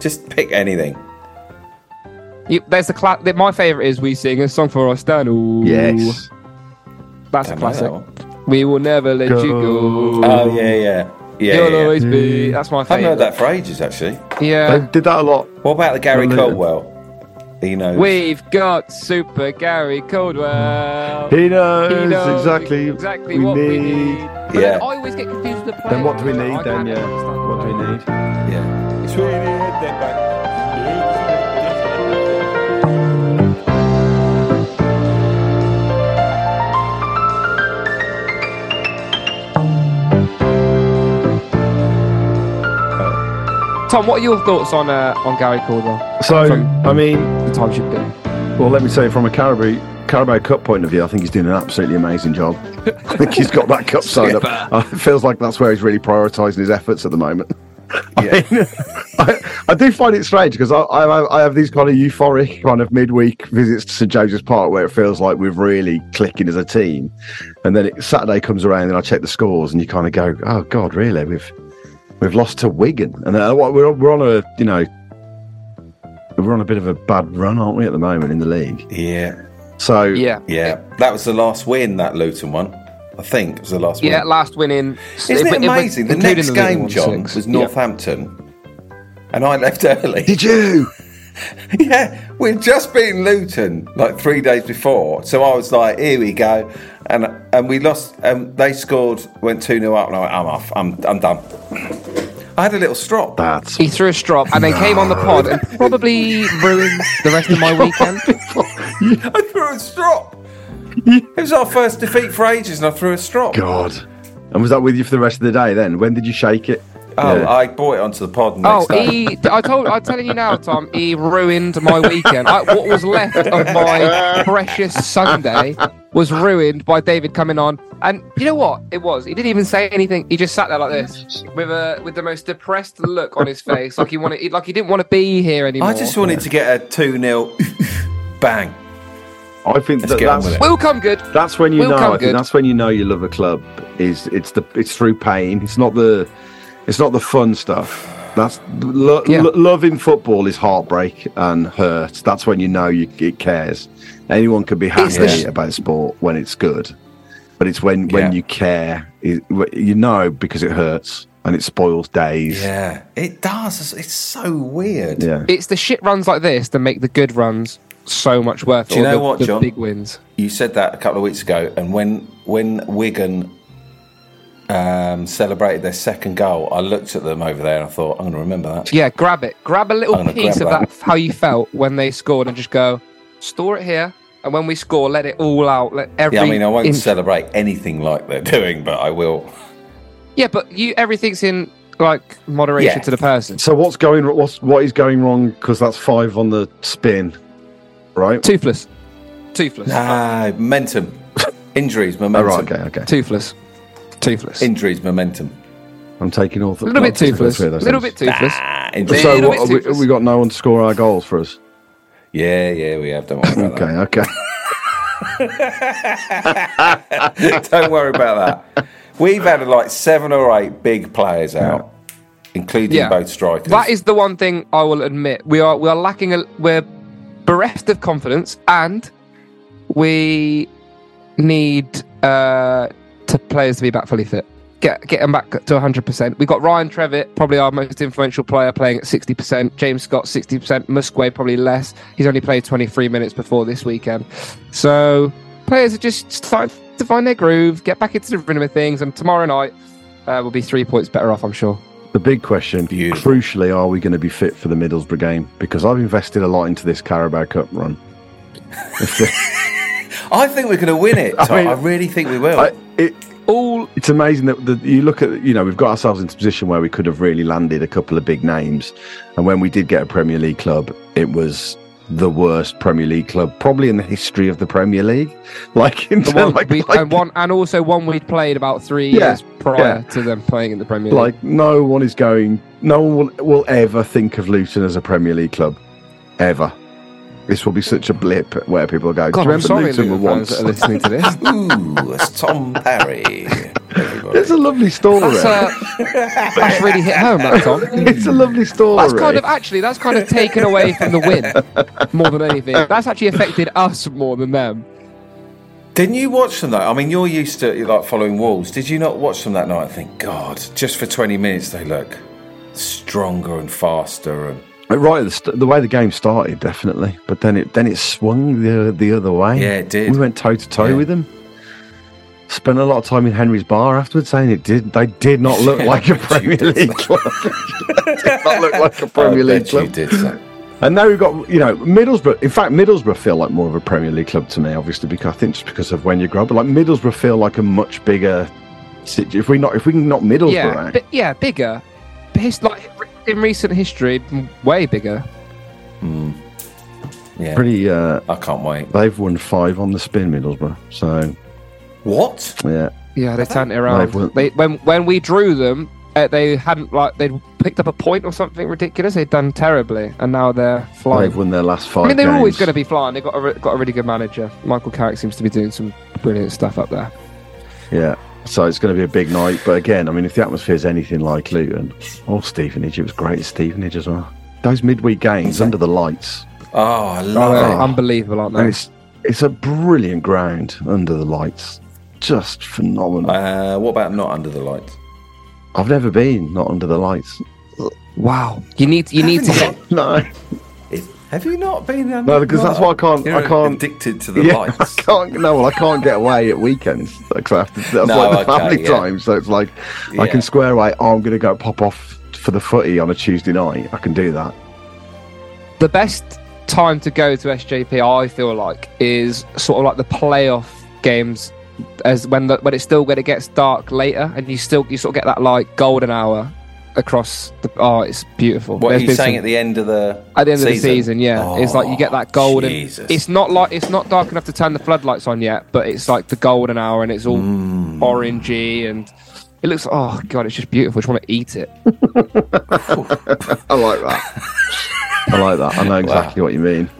B: Just pick anything.
A: You, there's the cla- the- My favourite is we sing a song for our stand. Ooh,
C: Yes.
A: that's a
B: Don't know that
A: classic.
B: one.
A: We will never let you go.
B: Oh yeah, yeah, yeah.
A: You'll
B: yeah.
A: always be.
C: Mm.
A: That's my
B: I've known
A: favourite.
B: that for ages, actually.
A: Yeah.
C: They did that a lot.
B: What about the Gary
C: Well, yeah.
B: Caldwell? You know,
A: We've got Super Gary Caldwell.
C: He knows,
A: He knows
C: exactly,
A: exactly what we need. But
B: Yeah.
A: then I always get confused with the player.
C: Then what do we
A: I
C: need? Then
A: can't
C: yeah.
A: understand
C: What do
A: the
C: we
A: player.
C: need?
B: yeah. It's really good, they're back.
A: Tom, what are your thoughts on uh, on Gary Caldwell?
C: So
A: From-
C: I mean,
A: The time should be.
C: Well, let me say from a Caribou Carabao Cup point of view, I think he's doing an absolutely amazing job. I think he's got that cup side up. Uh, It feels like that's where he's really prioritising his efforts at the moment. I, mean, I, I do find it strange because I, I, I have these kind of euphoric kind of midweek visits to St James's Park where it feels like we're really clicking as a team, and then it, Saturday comes around and I check the scores and you kind of go, oh God, really? We've we've lost to Wigan and uh, what- we're we're on a you know we're on a bit of a bad run, aren't we, at the moment in the league?
B: Yeah,
C: So
A: Yeah.
B: yeah. That was the last win. That Luton one, I think, was the last
A: Yeah,
B: win.
A: last winning.
B: Isn't it, amazing? The next game, John, was
A: was
B: Northampton, and I left early.
C: Did you?
B: Yeah, we'd just beaten Luton like three days before, so I was like, "Here we go," and and we lost. And they scored, went two 0 up, and I went, "I'm off. I'm I'm done." I had a little strop.
C: That's
A: He threw a strop and then came on the pod and probably ruined the rest of my weekend.
B: I threw a strop. It was our first defeat for ages, and I threw a strop.
C: God. And was that with you for the rest of the day then? When did you shake it?
B: Oh,
C: Yeah.
B: I bought it onto the pod. The
A: Oh,
B: next day.
A: he! I told. I'm telling you now, Tom. He ruined my weekend. I, what was left of my precious Sunday was ruined by David coming on. And you know what? It was. He didn't even say anything. He just sat there like this, with a with the most depressed look on his face, like he wanted, like he didn't want to be here anymore.
B: I just wanted to get a two 0 bang.
C: I think
B: Let's
C: that
B: get on
C: that's,
B: with it.
A: Will come good.
C: that's when you
A: We'll
C: know.
A: come
C: I think
A: good.
C: that's when you know you love a club. Is it's the it's through pain. It's not the it's not the fun stuff. That's lo-
A: Yeah.
C: lo- love in football is heartbreak and hurt. That's when you know you, it cares. Anyone can be
A: It's
C: happy
A: the sh-
C: about sport when it's good, but it's when
B: Yeah.
C: when you care, it, you know, because it hurts and it spoils days.
B: Yeah, it does. It's, it's so weird.
C: yeah.
A: It's the shit runs like this that make the good runs so much worth. it,
B: Do you
A: or
B: know
A: the,
B: what,
A: the
B: John?
A: Big wins.
B: You said that a couple of weeks ago, and when when Wigan um, celebrated their second goal, I looked at them over there and I thought, I'm going to remember that.
A: Yeah, grab it. Grab a
B: I'm
A: little
B: gonna
A: piece of
B: grab
A: that. how you felt when they scored, and just go store it here. And when we score, let it all out. Let every.
B: Yeah, I mean, I won't
A: inch-
B: celebrate anything like they're doing, but I will.
A: Yeah, but you everything's in like moderation
B: Yeah.
A: to the person.
C: So what's going? What's what is going wrong? Because that's five on the spin, right?
A: Toothless. Toothless.
B: Ah, momentum. Injuries,
C: Oh,
B: momentum.
C: right. Okay. Okay.
A: Toothless. Toothless.
B: Injuries, momentum.
C: I'm taking all.
A: a
C: The,
A: little bit
C: I'll take all
A: toothless. A
C: three of those
A: little bit
C: things.
A: toothless.
B: Ah, injuries.
C: So
A: little
C: Oh, what,
A: bit
C: we,
A: toothless.
C: we got no one to score our goals for us.
B: Yeah, yeah, we have. Don't worry about
C: Okay. Okay.
B: that. Don't worry about that. We've had like seven or eight big players out, including
A: Yeah.
B: both strikers.
A: That is the one thing I will admit. We are we are lacking a we're bereft of confidence and we need uh to players to be back fully fit. Get get them back to 100%. We've got Ryan Trevitt, probably our most influential player playing at 60%, James Scott 60%, Musgrave probably less. He's only played 23 minutes before this weekend. So players are just starting to find their groove, get back into the rhythm of things and tomorrow night uh, we'll be 3 points better off, I'm sure.
C: The big question,
B: Beautiful.
C: crucially, are we going to be fit for the Middlesbrough game? Because I've invested a lot into this Carabao Cup run.
B: I think we're going to win it. Tom. I,
C: mean-
B: really think we will.
C: I, it,
A: All
C: it's amazing that the, you look at you know we've got ourselves into a position where we could have really landed a couple of big names, and when we did get a Premier League club, it was the worst Premier League club probably in the history of the Premier League. Like in
A: The one
C: like,
A: we,
C: like,
A: and one and also one we played about three
C: Yeah,
A: years prior
C: yeah.
A: to them playing in the Premier League.
C: like no one is going, no one will, will ever think of Luton as a Premier League club, ever. This will be such a blip where people go.
A: God,
C: "Do you
A: I'm
C: remember
A: sorry,
C: Luton were
A: Luton fans that
C: once?"
A: are listening to this.
B: Ooh, it's Tom Parry. everybody.
C: It's a lovely story.
A: That's, uh, that's really hit home, that Tom.
C: it's a lovely story.
A: That's kind of actually that's kind of taken away from the win more than anything. That's actually affected us more than them.
B: Didn't you watch them though? I mean, you're used to like following Wolves. Did you not watch them that night? and Think, God, just for 20 minutes they look stronger and faster. And
C: right. The, st- the way the game started, definitely, but then it then it swung the the other way.
B: Yeah, it did.
C: We went toe to toe
B: Yeah.
C: with them. Spent a lot of time in Henry's bar afterwards, saying it did. They did not look like a Premier League club. did not look like a Premier
B: I
C: League
B: bet
C: club.
B: you Oh, did so.
C: And now we've got, you know, Middlesbrough. In fact, Middlesbrough feel like more of a Premier League club to me, obviously, because I think just because of when you grow up. But like Middlesbrough feel like a much bigger. sit- If we not, if we can knock Middlesbrough
A: Yeah,
C: out,
A: but yeah, bigger. His, like in recent history, m- way bigger.
B: Yeah,
C: pretty. Uh,
B: I can't wait.
C: they've won five on the spin, Middlesbrough. So
B: What?
C: yeah,
A: Yeah, they turned it around.
C: They've won-
A: They, when when we drew them, uh, they hadn't like they'd picked up a point or something ridiculous. They'd done terribly, and now they're flying.
C: they've won their last five.
A: I mean, they're always
C: games.
A: going to be flying. They've got a re- got a really good manager. Michael Carrick seems to be doing some brilliant stuff up there.
C: Yeah. So it's going to be a big night. But again, I mean, if the atmosphere is anything like Luton or Stevenage, it was great at Stevenage as well. Those midweek games under the lights,
B: Oh, I
A: Oh,
B: love
A: they're unbelievable, aren't
C: Ah. and
A: they?
C: it's it's a brilliant ground under the lights, just phenomenal.
B: it. Uh, what about not under the lights?
C: I've never been not under the lights.
A: Wow, you need you need to get
C: No,
B: Is- Have you not been under?
C: No, because that's why I can't-
B: You're
C: I can't-
B: Addicted to the
C: yeah,
B: lights.
C: I can't. No, well, I can't get away at weekends because I have to. That's
B: No,
C: like the
B: okay,
C: family
B: yeah.
C: time, so it's like I
B: Yeah.
C: can square away. Oh, I'm going to go pop off for the footy on a Tuesday night. I can do that.
A: the best time to go to SJP. I feel like is sort of like the playoff games, as when the when it's still when it gets dark later, and you still you sort of get that like golden hour across. the Oh, it's beautiful.
B: What are
A: There's
B: you
A: been
B: saying
A: some-
B: at the end of the Oh,
A: at the end of the season, yeah. it's like you get that golden.
B: Jesus.
A: It's not like it's not dark enough to turn the floodlights on yet, but it's like the golden hour, and it's all
B: Mm.
A: orangey, and it looks. Oh god, it's just beautiful. I just want to eat it.
C: I like that. I like that. I know exactly what you mean.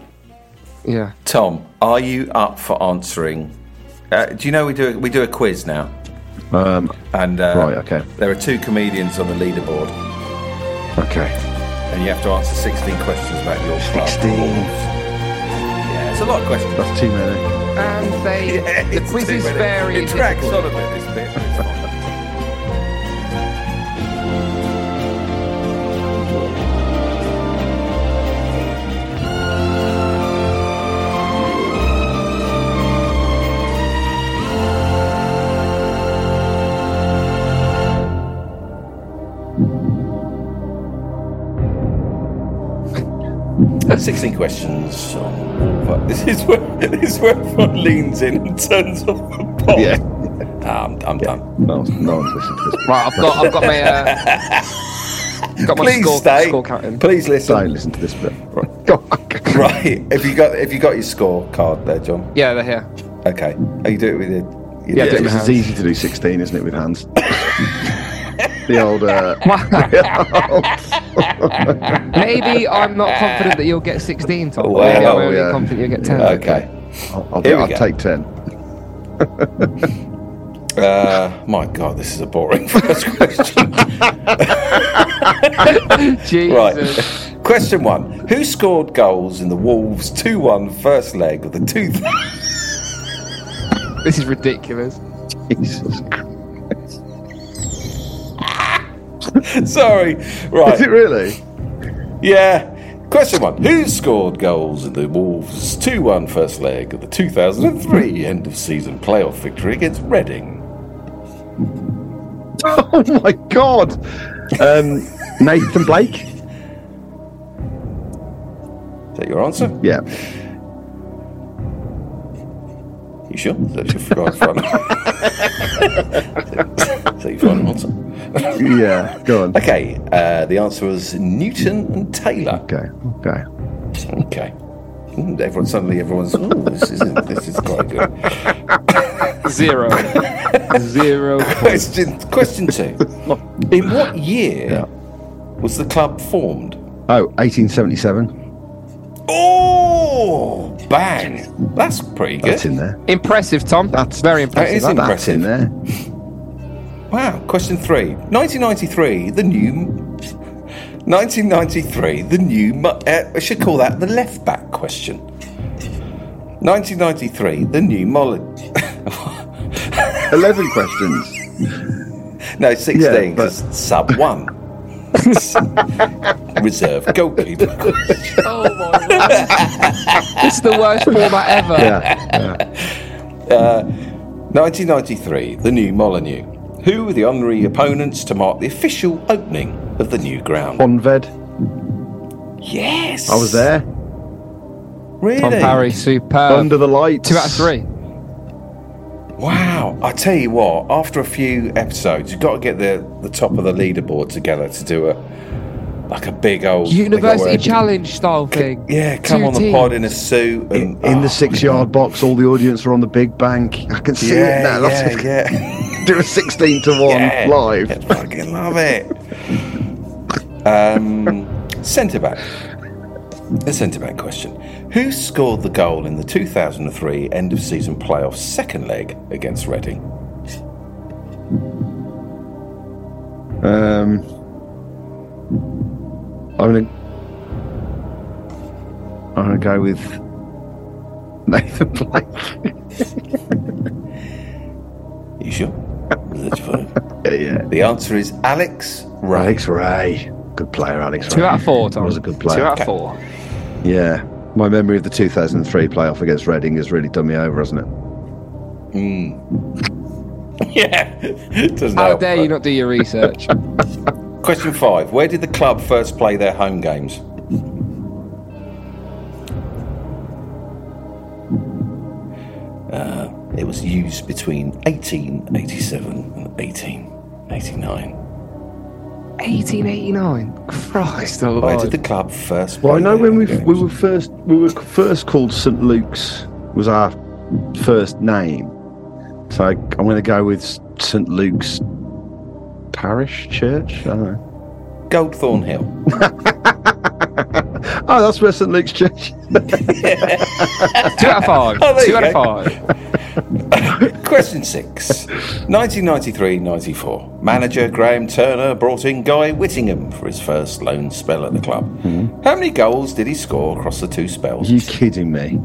A: Yeah.
B: Tom, are you up for answering? Uh, do you know we do we do a quiz now?
C: Um,
B: And uh,
C: Right, okay.
B: There are two comedians on the leaderboard,
C: okay.
B: and you have to answer 16 questions about your club.
C: 16.
B: Yeah, it's a lot of questions.
C: That's too many.
A: And they
B: Yeah,
A: the
B: it's too
A: quizzes
B: many.
A: vary. in
B: It drags
A: difficulty.
B: on a bit. This bit. but it's fine. Sixteen questions. on- But this is where this is where everyone leans in and turns off the pot.
C: Yeah.
D: Ah, I'm, I'm done.
C: No, no one's listening to this.
A: Right, I've got, I've got my, uh, got my
B: Please
A: score,
B: stay.
A: score counting.
B: Please listen.
C: Don't listen to this bit. Go on.
B: Right. If you got if you got your score card there, John.
A: Yeah, they're here.
B: Okay. Oh, you do it with your,
A: Yeah, do it
C: It's
A: with
C: as
A: hands.
C: easy to do 16, isn't it, with hands? the old. Uh,
A: Maybe I'm not confident that you'll get 16, Tom.
B: Wow,
A: Maybe I'm only
C: yeah.
A: confident you'll get 10.
B: Okay.
C: I'll, I'll,
B: Here
C: do,
B: we
C: I'll
B: go.
C: take 10.
B: Uh, my God, this is a boring first question.
A: Jesus.
B: right. Question one: Who scored goals in the Wolves 2-1 first leg of the 2000?
A: This is ridiculous.
C: Jesus Christ.
B: Sorry. Right.
C: Is it really?
B: Yeah. Question one. Who scored goals in the Wolves 2 1 first leg of the 2003 end of season playoff victory against Reading?
C: Oh my God. Um, Nathan Blake?
B: Is that your answer?
C: Yeah.
B: You sure? Is that your final final- Is that your final answer?
C: Yeah. Go on.
B: Okay. Uh, the answer was Newton and Taylor.
C: Okay. Okay.
B: Okay. Ooh, everyone, suddenly everyone's, oh, this, isn't, this is quite good.
A: Zero. Zero.
B: Question, question two. In what year was the club formed?
C: Oh, 1877.
B: Oh, bang! That's pretty good.
C: That's in there.
A: Impressive, Tom. That's
C: That's-
A: very
B: That
A: impressive.
B: is
C: That's in
B: impressive.
C: there.
B: Wow. Question three. 1993, the new. 1993, the new. mu- Uh, I should call that the left back question. 1993, the new Molly.
C: 11 questions.
B: No, 16,
C: Yeah, but-
B: 'cause sub one. Reserve goalkeeper.
A: Oh my god. it's the worst format ever.
C: Yeah.
B: 1993, the new Molyneux. Who were the honorary opponents to mark the official opening of the new ground?
C: Bonved.
B: Yes!
C: I was there.
B: Really?
A: Tom Parry, superb.
C: Under the lights.
A: Uh, Two out of three.
B: Wow! I tell you what, after a few episodes, you've got to get the, the top of the leaderboard together to do a like a big old thing
A: University
B: where-
A: challenge style thing.
B: Yeah, come
A: Two
B: on the
A: teams.
B: pod in a suit and
C: In the
B: oh,
C: six yard box, all the audience are on the big bank. I can see it
B: Yeah,
C: now. That's
B: yeah, yeah.
C: do a 16 to 1
B: yeah.
C: live.
B: I fucking love it. Um, centre back. A centre back question. Who scored the goal in the 2003 end of season playoff second leg against Reading?
C: Um, I'm gonna, I'm gonna go with Nathan Blake.
B: you sure? Is that your vote?
C: yeah, yeah.
B: The answer is Alex Ray.
C: Alex Ray, good player. Alex Ray.
A: Two out of four, Tom.
C: Was a good player.
A: Two out
B: Okay.
A: of four.
C: Yeah, my memory of the 2003 playoff against Reading has really done me over, hasn't it?
B: Yeah. Doesn't
A: How
B: help,
A: dare
B: but-
A: you not do your research?
B: Question five. Where did the club first play their home games? Uh, it was used between 1887 and 1889.
A: 1889. Christ the
B: Where did
A: Lord.
B: the club first play
C: Well, I know
B: their home
C: when we
B: games?
C: we were first we were first called St Luke's was our first name, so I, I'm going to go with St Luke's Parish Church. I don't know.
B: Goldthorn Hill.
C: Oh, that's where St Luke's Church.
A: Two out of five.
B: Oh, there
A: Two
B: you
A: out of
B: go.
A: five.
B: Question six. 1993-94. Manager Graham Turner brought in Guy Whittingham for his first loan spell at the club. How many goals did he score across the two spells?
C: you kidding me?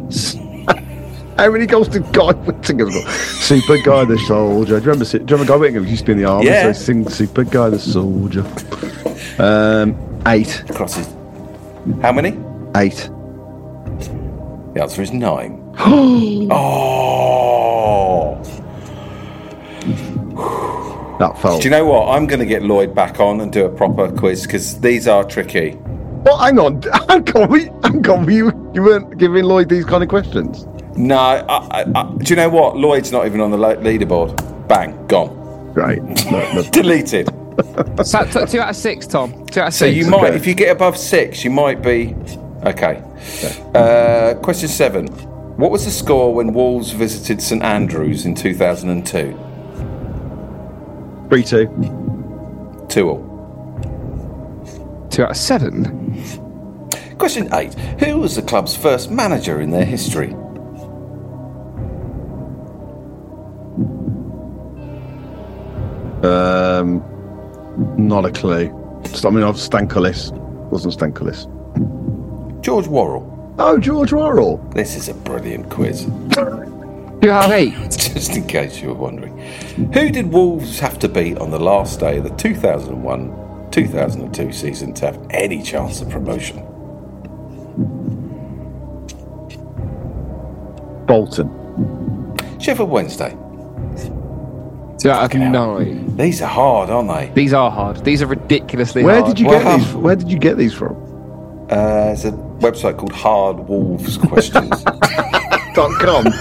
C: How many goals did Guy Whittingham score? Super Guy the Soldier. Do you remember, do you remember Guy Whittingham? He used to be in the army,
B: Yeah.
C: so he sing Super Guy the Soldier. Um, eight.
B: Across his... How many?
C: Eight.
B: The answer is nine. oh!
C: That fell.
B: Do you know what? I'm going to get Lloyd back on and do a proper quiz because these are tricky.
C: Well, hang on. Hang on. We, hang on. You, you weren't giving Lloyd these kind of questions.
B: No, I, I, I, do you know what? Lloyd's not even on the lo- leaderboard. Bang, gone.
C: Great. No, no.
B: Deleted.
A: So, t- two out of six, Tom. Two out of
B: So
A: six.
B: you
C: Six,
B: might,
C: okay.
B: if you get above six, you might be okay. Uh, question seven: What was the score when Wolves visited St Andrews in two thousand and two?
C: Three two.
B: Two all.
A: Two out of seven.
B: Question eight: Who was the club's first manager in their history?
C: Um, not a clue. Just- I mean, I've Stankulis. Wasn't Stankulis.
B: George Worrell.
C: Oh, George Worrell.
B: This is a brilliant quiz.
A: Two out of eight.
B: Just in case you were wondering, who did Wolves have to beat on the last day of the 2001 2002 season to have any chance of promotion?
C: Bolton.
B: Sheffield Wednesday.
A: Two out of
B: Fucking hell.
A: nine.
B: These are hard, aren't they?
A: These are hard. These are ridiculously
C: Where
A: hard.
C: did you
B: Well,
C: get these?
B: half-
C: Where did you get these from?
B: Uh, there's a website called Hard Wolves Questions.
C: Dot com.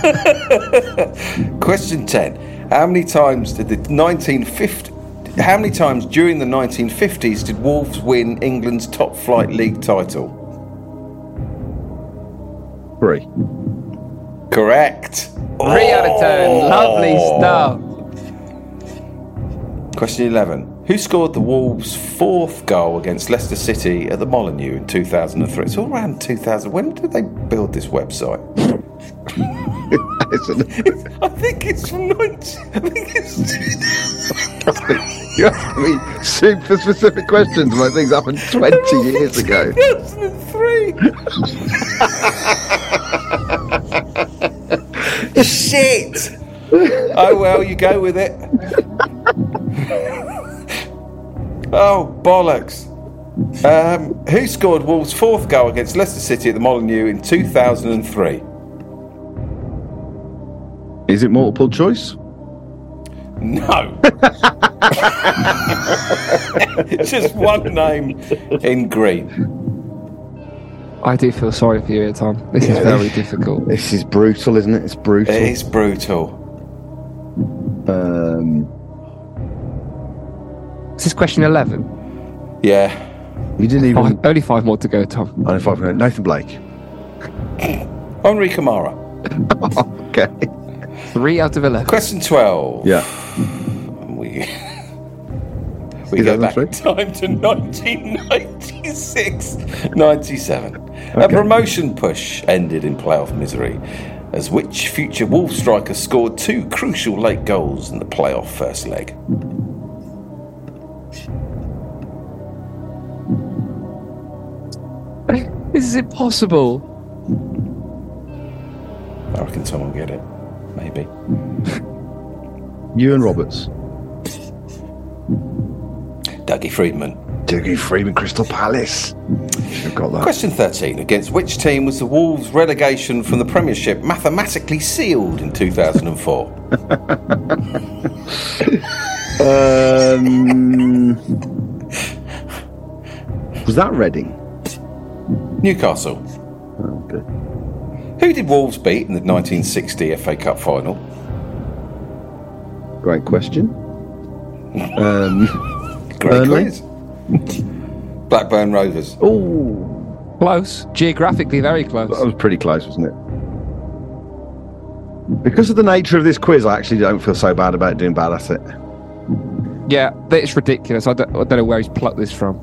B: Question 10. How many times did the 1950 how many times during the 1950s did Wolves win England's top flight league title?
C: Three.
B: Correct.
A: Three out of
B: Oh.
A: ten. Lovely stuff.
B: Question 11. Who scored the Wolves' fourth goal against Leicester City at the Molineux in 2003? It's all around 2000. When did they build this website?
C: It's an-
B: I think it's from 19 I think it's
C: you asked me super specific questions about things happened 20 years ago.
B: 2003. Shit. Oh well, you go with it. oh bollocks. Um, who scored Wolves' fourth goal against Leicester City at the Molineux in 2003?
C: Is it multiple choice?
B: No. Just one name in green.
A: I do feel sorry for you here, Tom. This is very difficult.
C: This is brutal, isn't it? It's brutal.
B: It is brutal.
C: Um,
A: This is question 11.
B: Yeah.
C: you didn't even.
A: Five, only five more to go, Tom.
C: I don't know if I've heard- Nathan Blake.
B: Henri Kamara.
C: Okay.
A: Three out of 11.
B: Question 12.
C: Yeah.
B: We, we go back in
C: 2003?
B: time to 1996 97. A promotion push ended in playoff misery, as which future Wolf striker scored two crucial late goals in the playoff first leg?
A: This is impossible.
B: I reckon someone will get it. Maybe.
C: Ewan Roberts.
B: Dougie Friedman.
C: Dougie Freeman, Crystal Palace. Should have got that.
B: Question 13. Against which team was the Wolves' relegation from the Premiership mathematically sealed in 2004?
C: Um, was that Reading?
B: Newcastle.
C: Oh, good.
B: Who did Wolves beat in the 1960 FA Cup final?
C: Great question. Um,
B: Great
C: Burnley?
B: quiz. Blackburn Rovers.
C: oh,
A: Close. Geographically, very close.
C: that was pretty close, wasn't it? Because of the nature of this quiz, I actually don't feel so bad about doing bad at it.
A: Yeah, it's ridiculous. I don't, I don't know where he's plucked this from.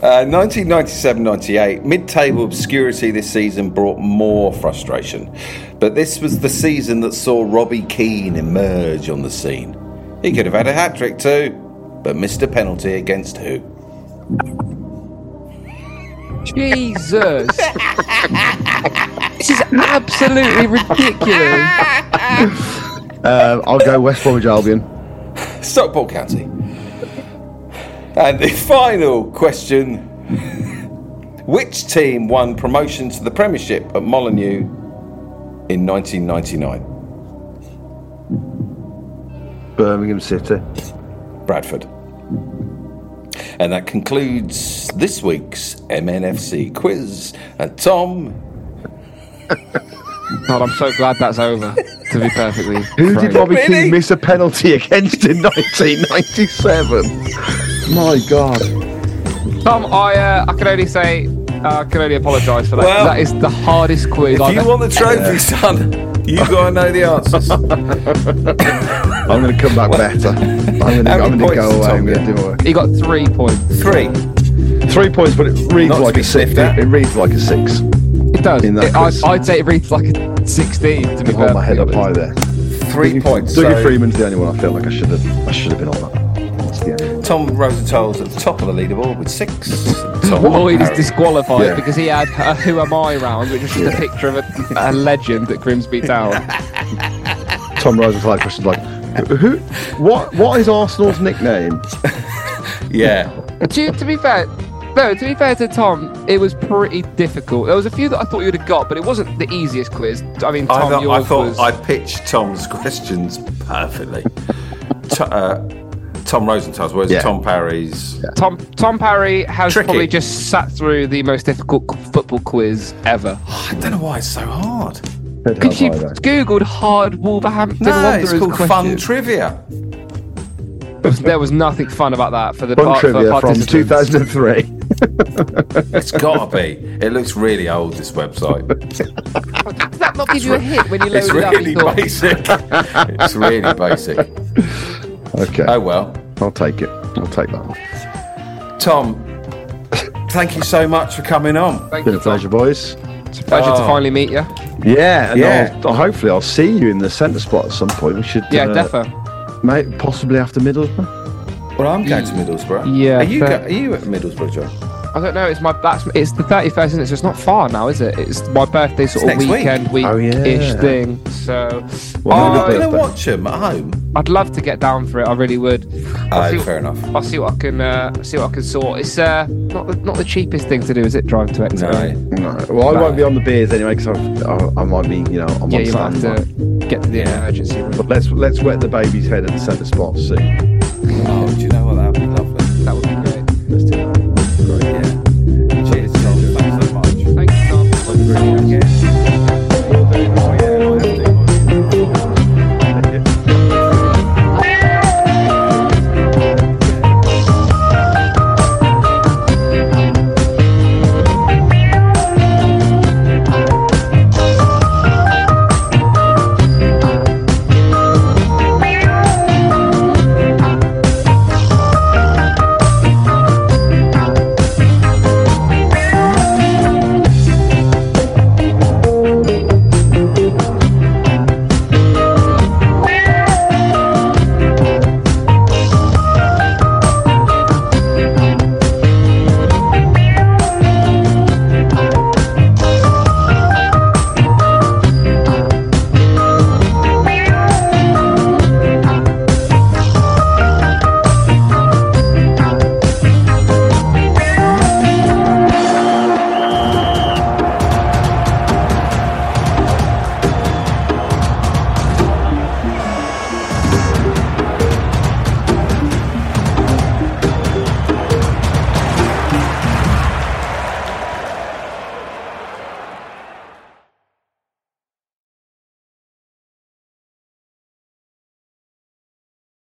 B: Uh, 1997-98, mid-table obscurity this season brought more frustration. But this was the season that saw Robbie Keane emerge on the scene. He could have had a hat-trick too, but missed a penalty against who?
A: Jesus. this is absolutely ridiculous.
C: Uh, I'll go West Bromwich Albion.
B: Stockport County. And the final question. Which team won promotion to the Premiership at Molineux in 1999?
C: Birmingham City.
B: Bradford. And that concludes this week's MNFC quiz. And Tom,
A: God, I'm so glad that's over. to be perfectly.
C: Who did
A: frank.
C: Bobby
B: Really?
C: Keane miss a penalty against in 1997? My God.
A: Tom, I uh, I can only say uh, I can only apologise for that.
B: Well,
A: that is the hardest quiz.
B: If
A: I've
B: you want the trophy, son, you gotta know the answers.
C: I'm going to come back better. I'm going to
B: How
C: I'm
B: many
C: gonna go
B: points has
C: away. I'm
B: Tom
C: going to do away.
A: He got three points.
B: Three.
C: Three points, but it reads
B: Not to
C: like
B: be
C: a six.
B: sniffed at.
C: It reads like a six.
A: It does.
C: In that
A: It- I,
C: quiz.
A: I'd say it reads like a 16 to be
C: Hold my head up
A: perfectly
C: high there.
B: Three points.
C: Dougie
B: so
C: Freeman's the only one I feel like I should have. I should have been on that. That's the only one.
B: Tom Rosenthal's at the top of the leaderboard with six. Tom
A: Lloyd is
B: Harry.
A: disqualified
C: Yeah.
A: because he had a Who Am I round, which is just a picture of a, a legend at Grimsby Town.
C: Tom Rosenthal question like, who? What? What is Arsenal's nickname?
B: Yeah.
A: to, to be fair, no, to be fair to Tom, it was pretty difficult. There was a few that I thought you'd have got, but it wasn't the easiest quiz. I mean,
B: I
A: Tom,
B: thought, I,
A: yours
B: thought
A: was.
B: I pitched Tom's questions perfectly. T- uh, Tom Rosenthal's, whereas
C: Yeah.
B: Tom Parry's.
A: Tom Tom Parry has
B: Tricky.
A: probably just sat through the most difficult c- football quiz ever.
C: Oh,
B: I don't know why it's so hard.
A: Because you googled hard Wolverhampton
B: No,
A: Wanderers
B: it's called fun
A: question.
B: trivia.
A: there was nothing fun about that for the
C: Fun
A: part- for
C: trivia from
A: participants.
C: 2003.
B: It's gotta be. It looks really old. This website.
A: Does that not give you a hit when you load
B: It's
A: it up?
B: really
A: You thought,
B: basic. it's really basic.
C: Okay,
B: Oh well,
C: I'll take it. I'll take that. One.
B: Tom. Thank you so much for coming on.
A: Thank
C: Been a
A: you, Tom.
C: pleasure, boys.
A: It's a pleasure to
B: Oh.
A: finally meet you.
C: Yeah, and
B: Yeah.
C: I'll, I'll- hopefully I'll see you in the centre spot at some point. We should.
A: Yeah,
C: uh,
A: defo.
C: Mate, possibly after Middlesbrough.
B: Well, I'm going to Middlesbrough.
A: Mm. Yeah,
B: Are you, go-
A: fair.
B: are you at Middlesbrough, John?
A: I don't know. It's my that's it's the thirty first, and it's just not far now, is it? It's my birthday sort
B: It's
A: of
B: next week.
A: weekend week
C: Oh,
A: ish
C: yeah.
A: thing. So
C: Well,
B: You're
C: happy
B: not
A: I,
B: going to
C: birthday.
B: watch them at home.
A: I'd love to get down for it. I really would. I'll
B: Oh,
A: see-
B: fair enough.
A: I'll see what I can uh, see what I can sort. It's uh, not the, not the cheapest thing to do, is it? Drive to Exeter.
B: No.
C: No. Well, I
B: No.
C: won't be on the beers anyway because I, I might be, you know, I'm
A: Yeah,
C: on
A: you might have
C: standby.
A: to get to the
B: Yeah.
A: emergency room.
C: But let's let's wet the baby's head at the centre spot soon.
B: Oh, do you know what? That would be lovely. Oh,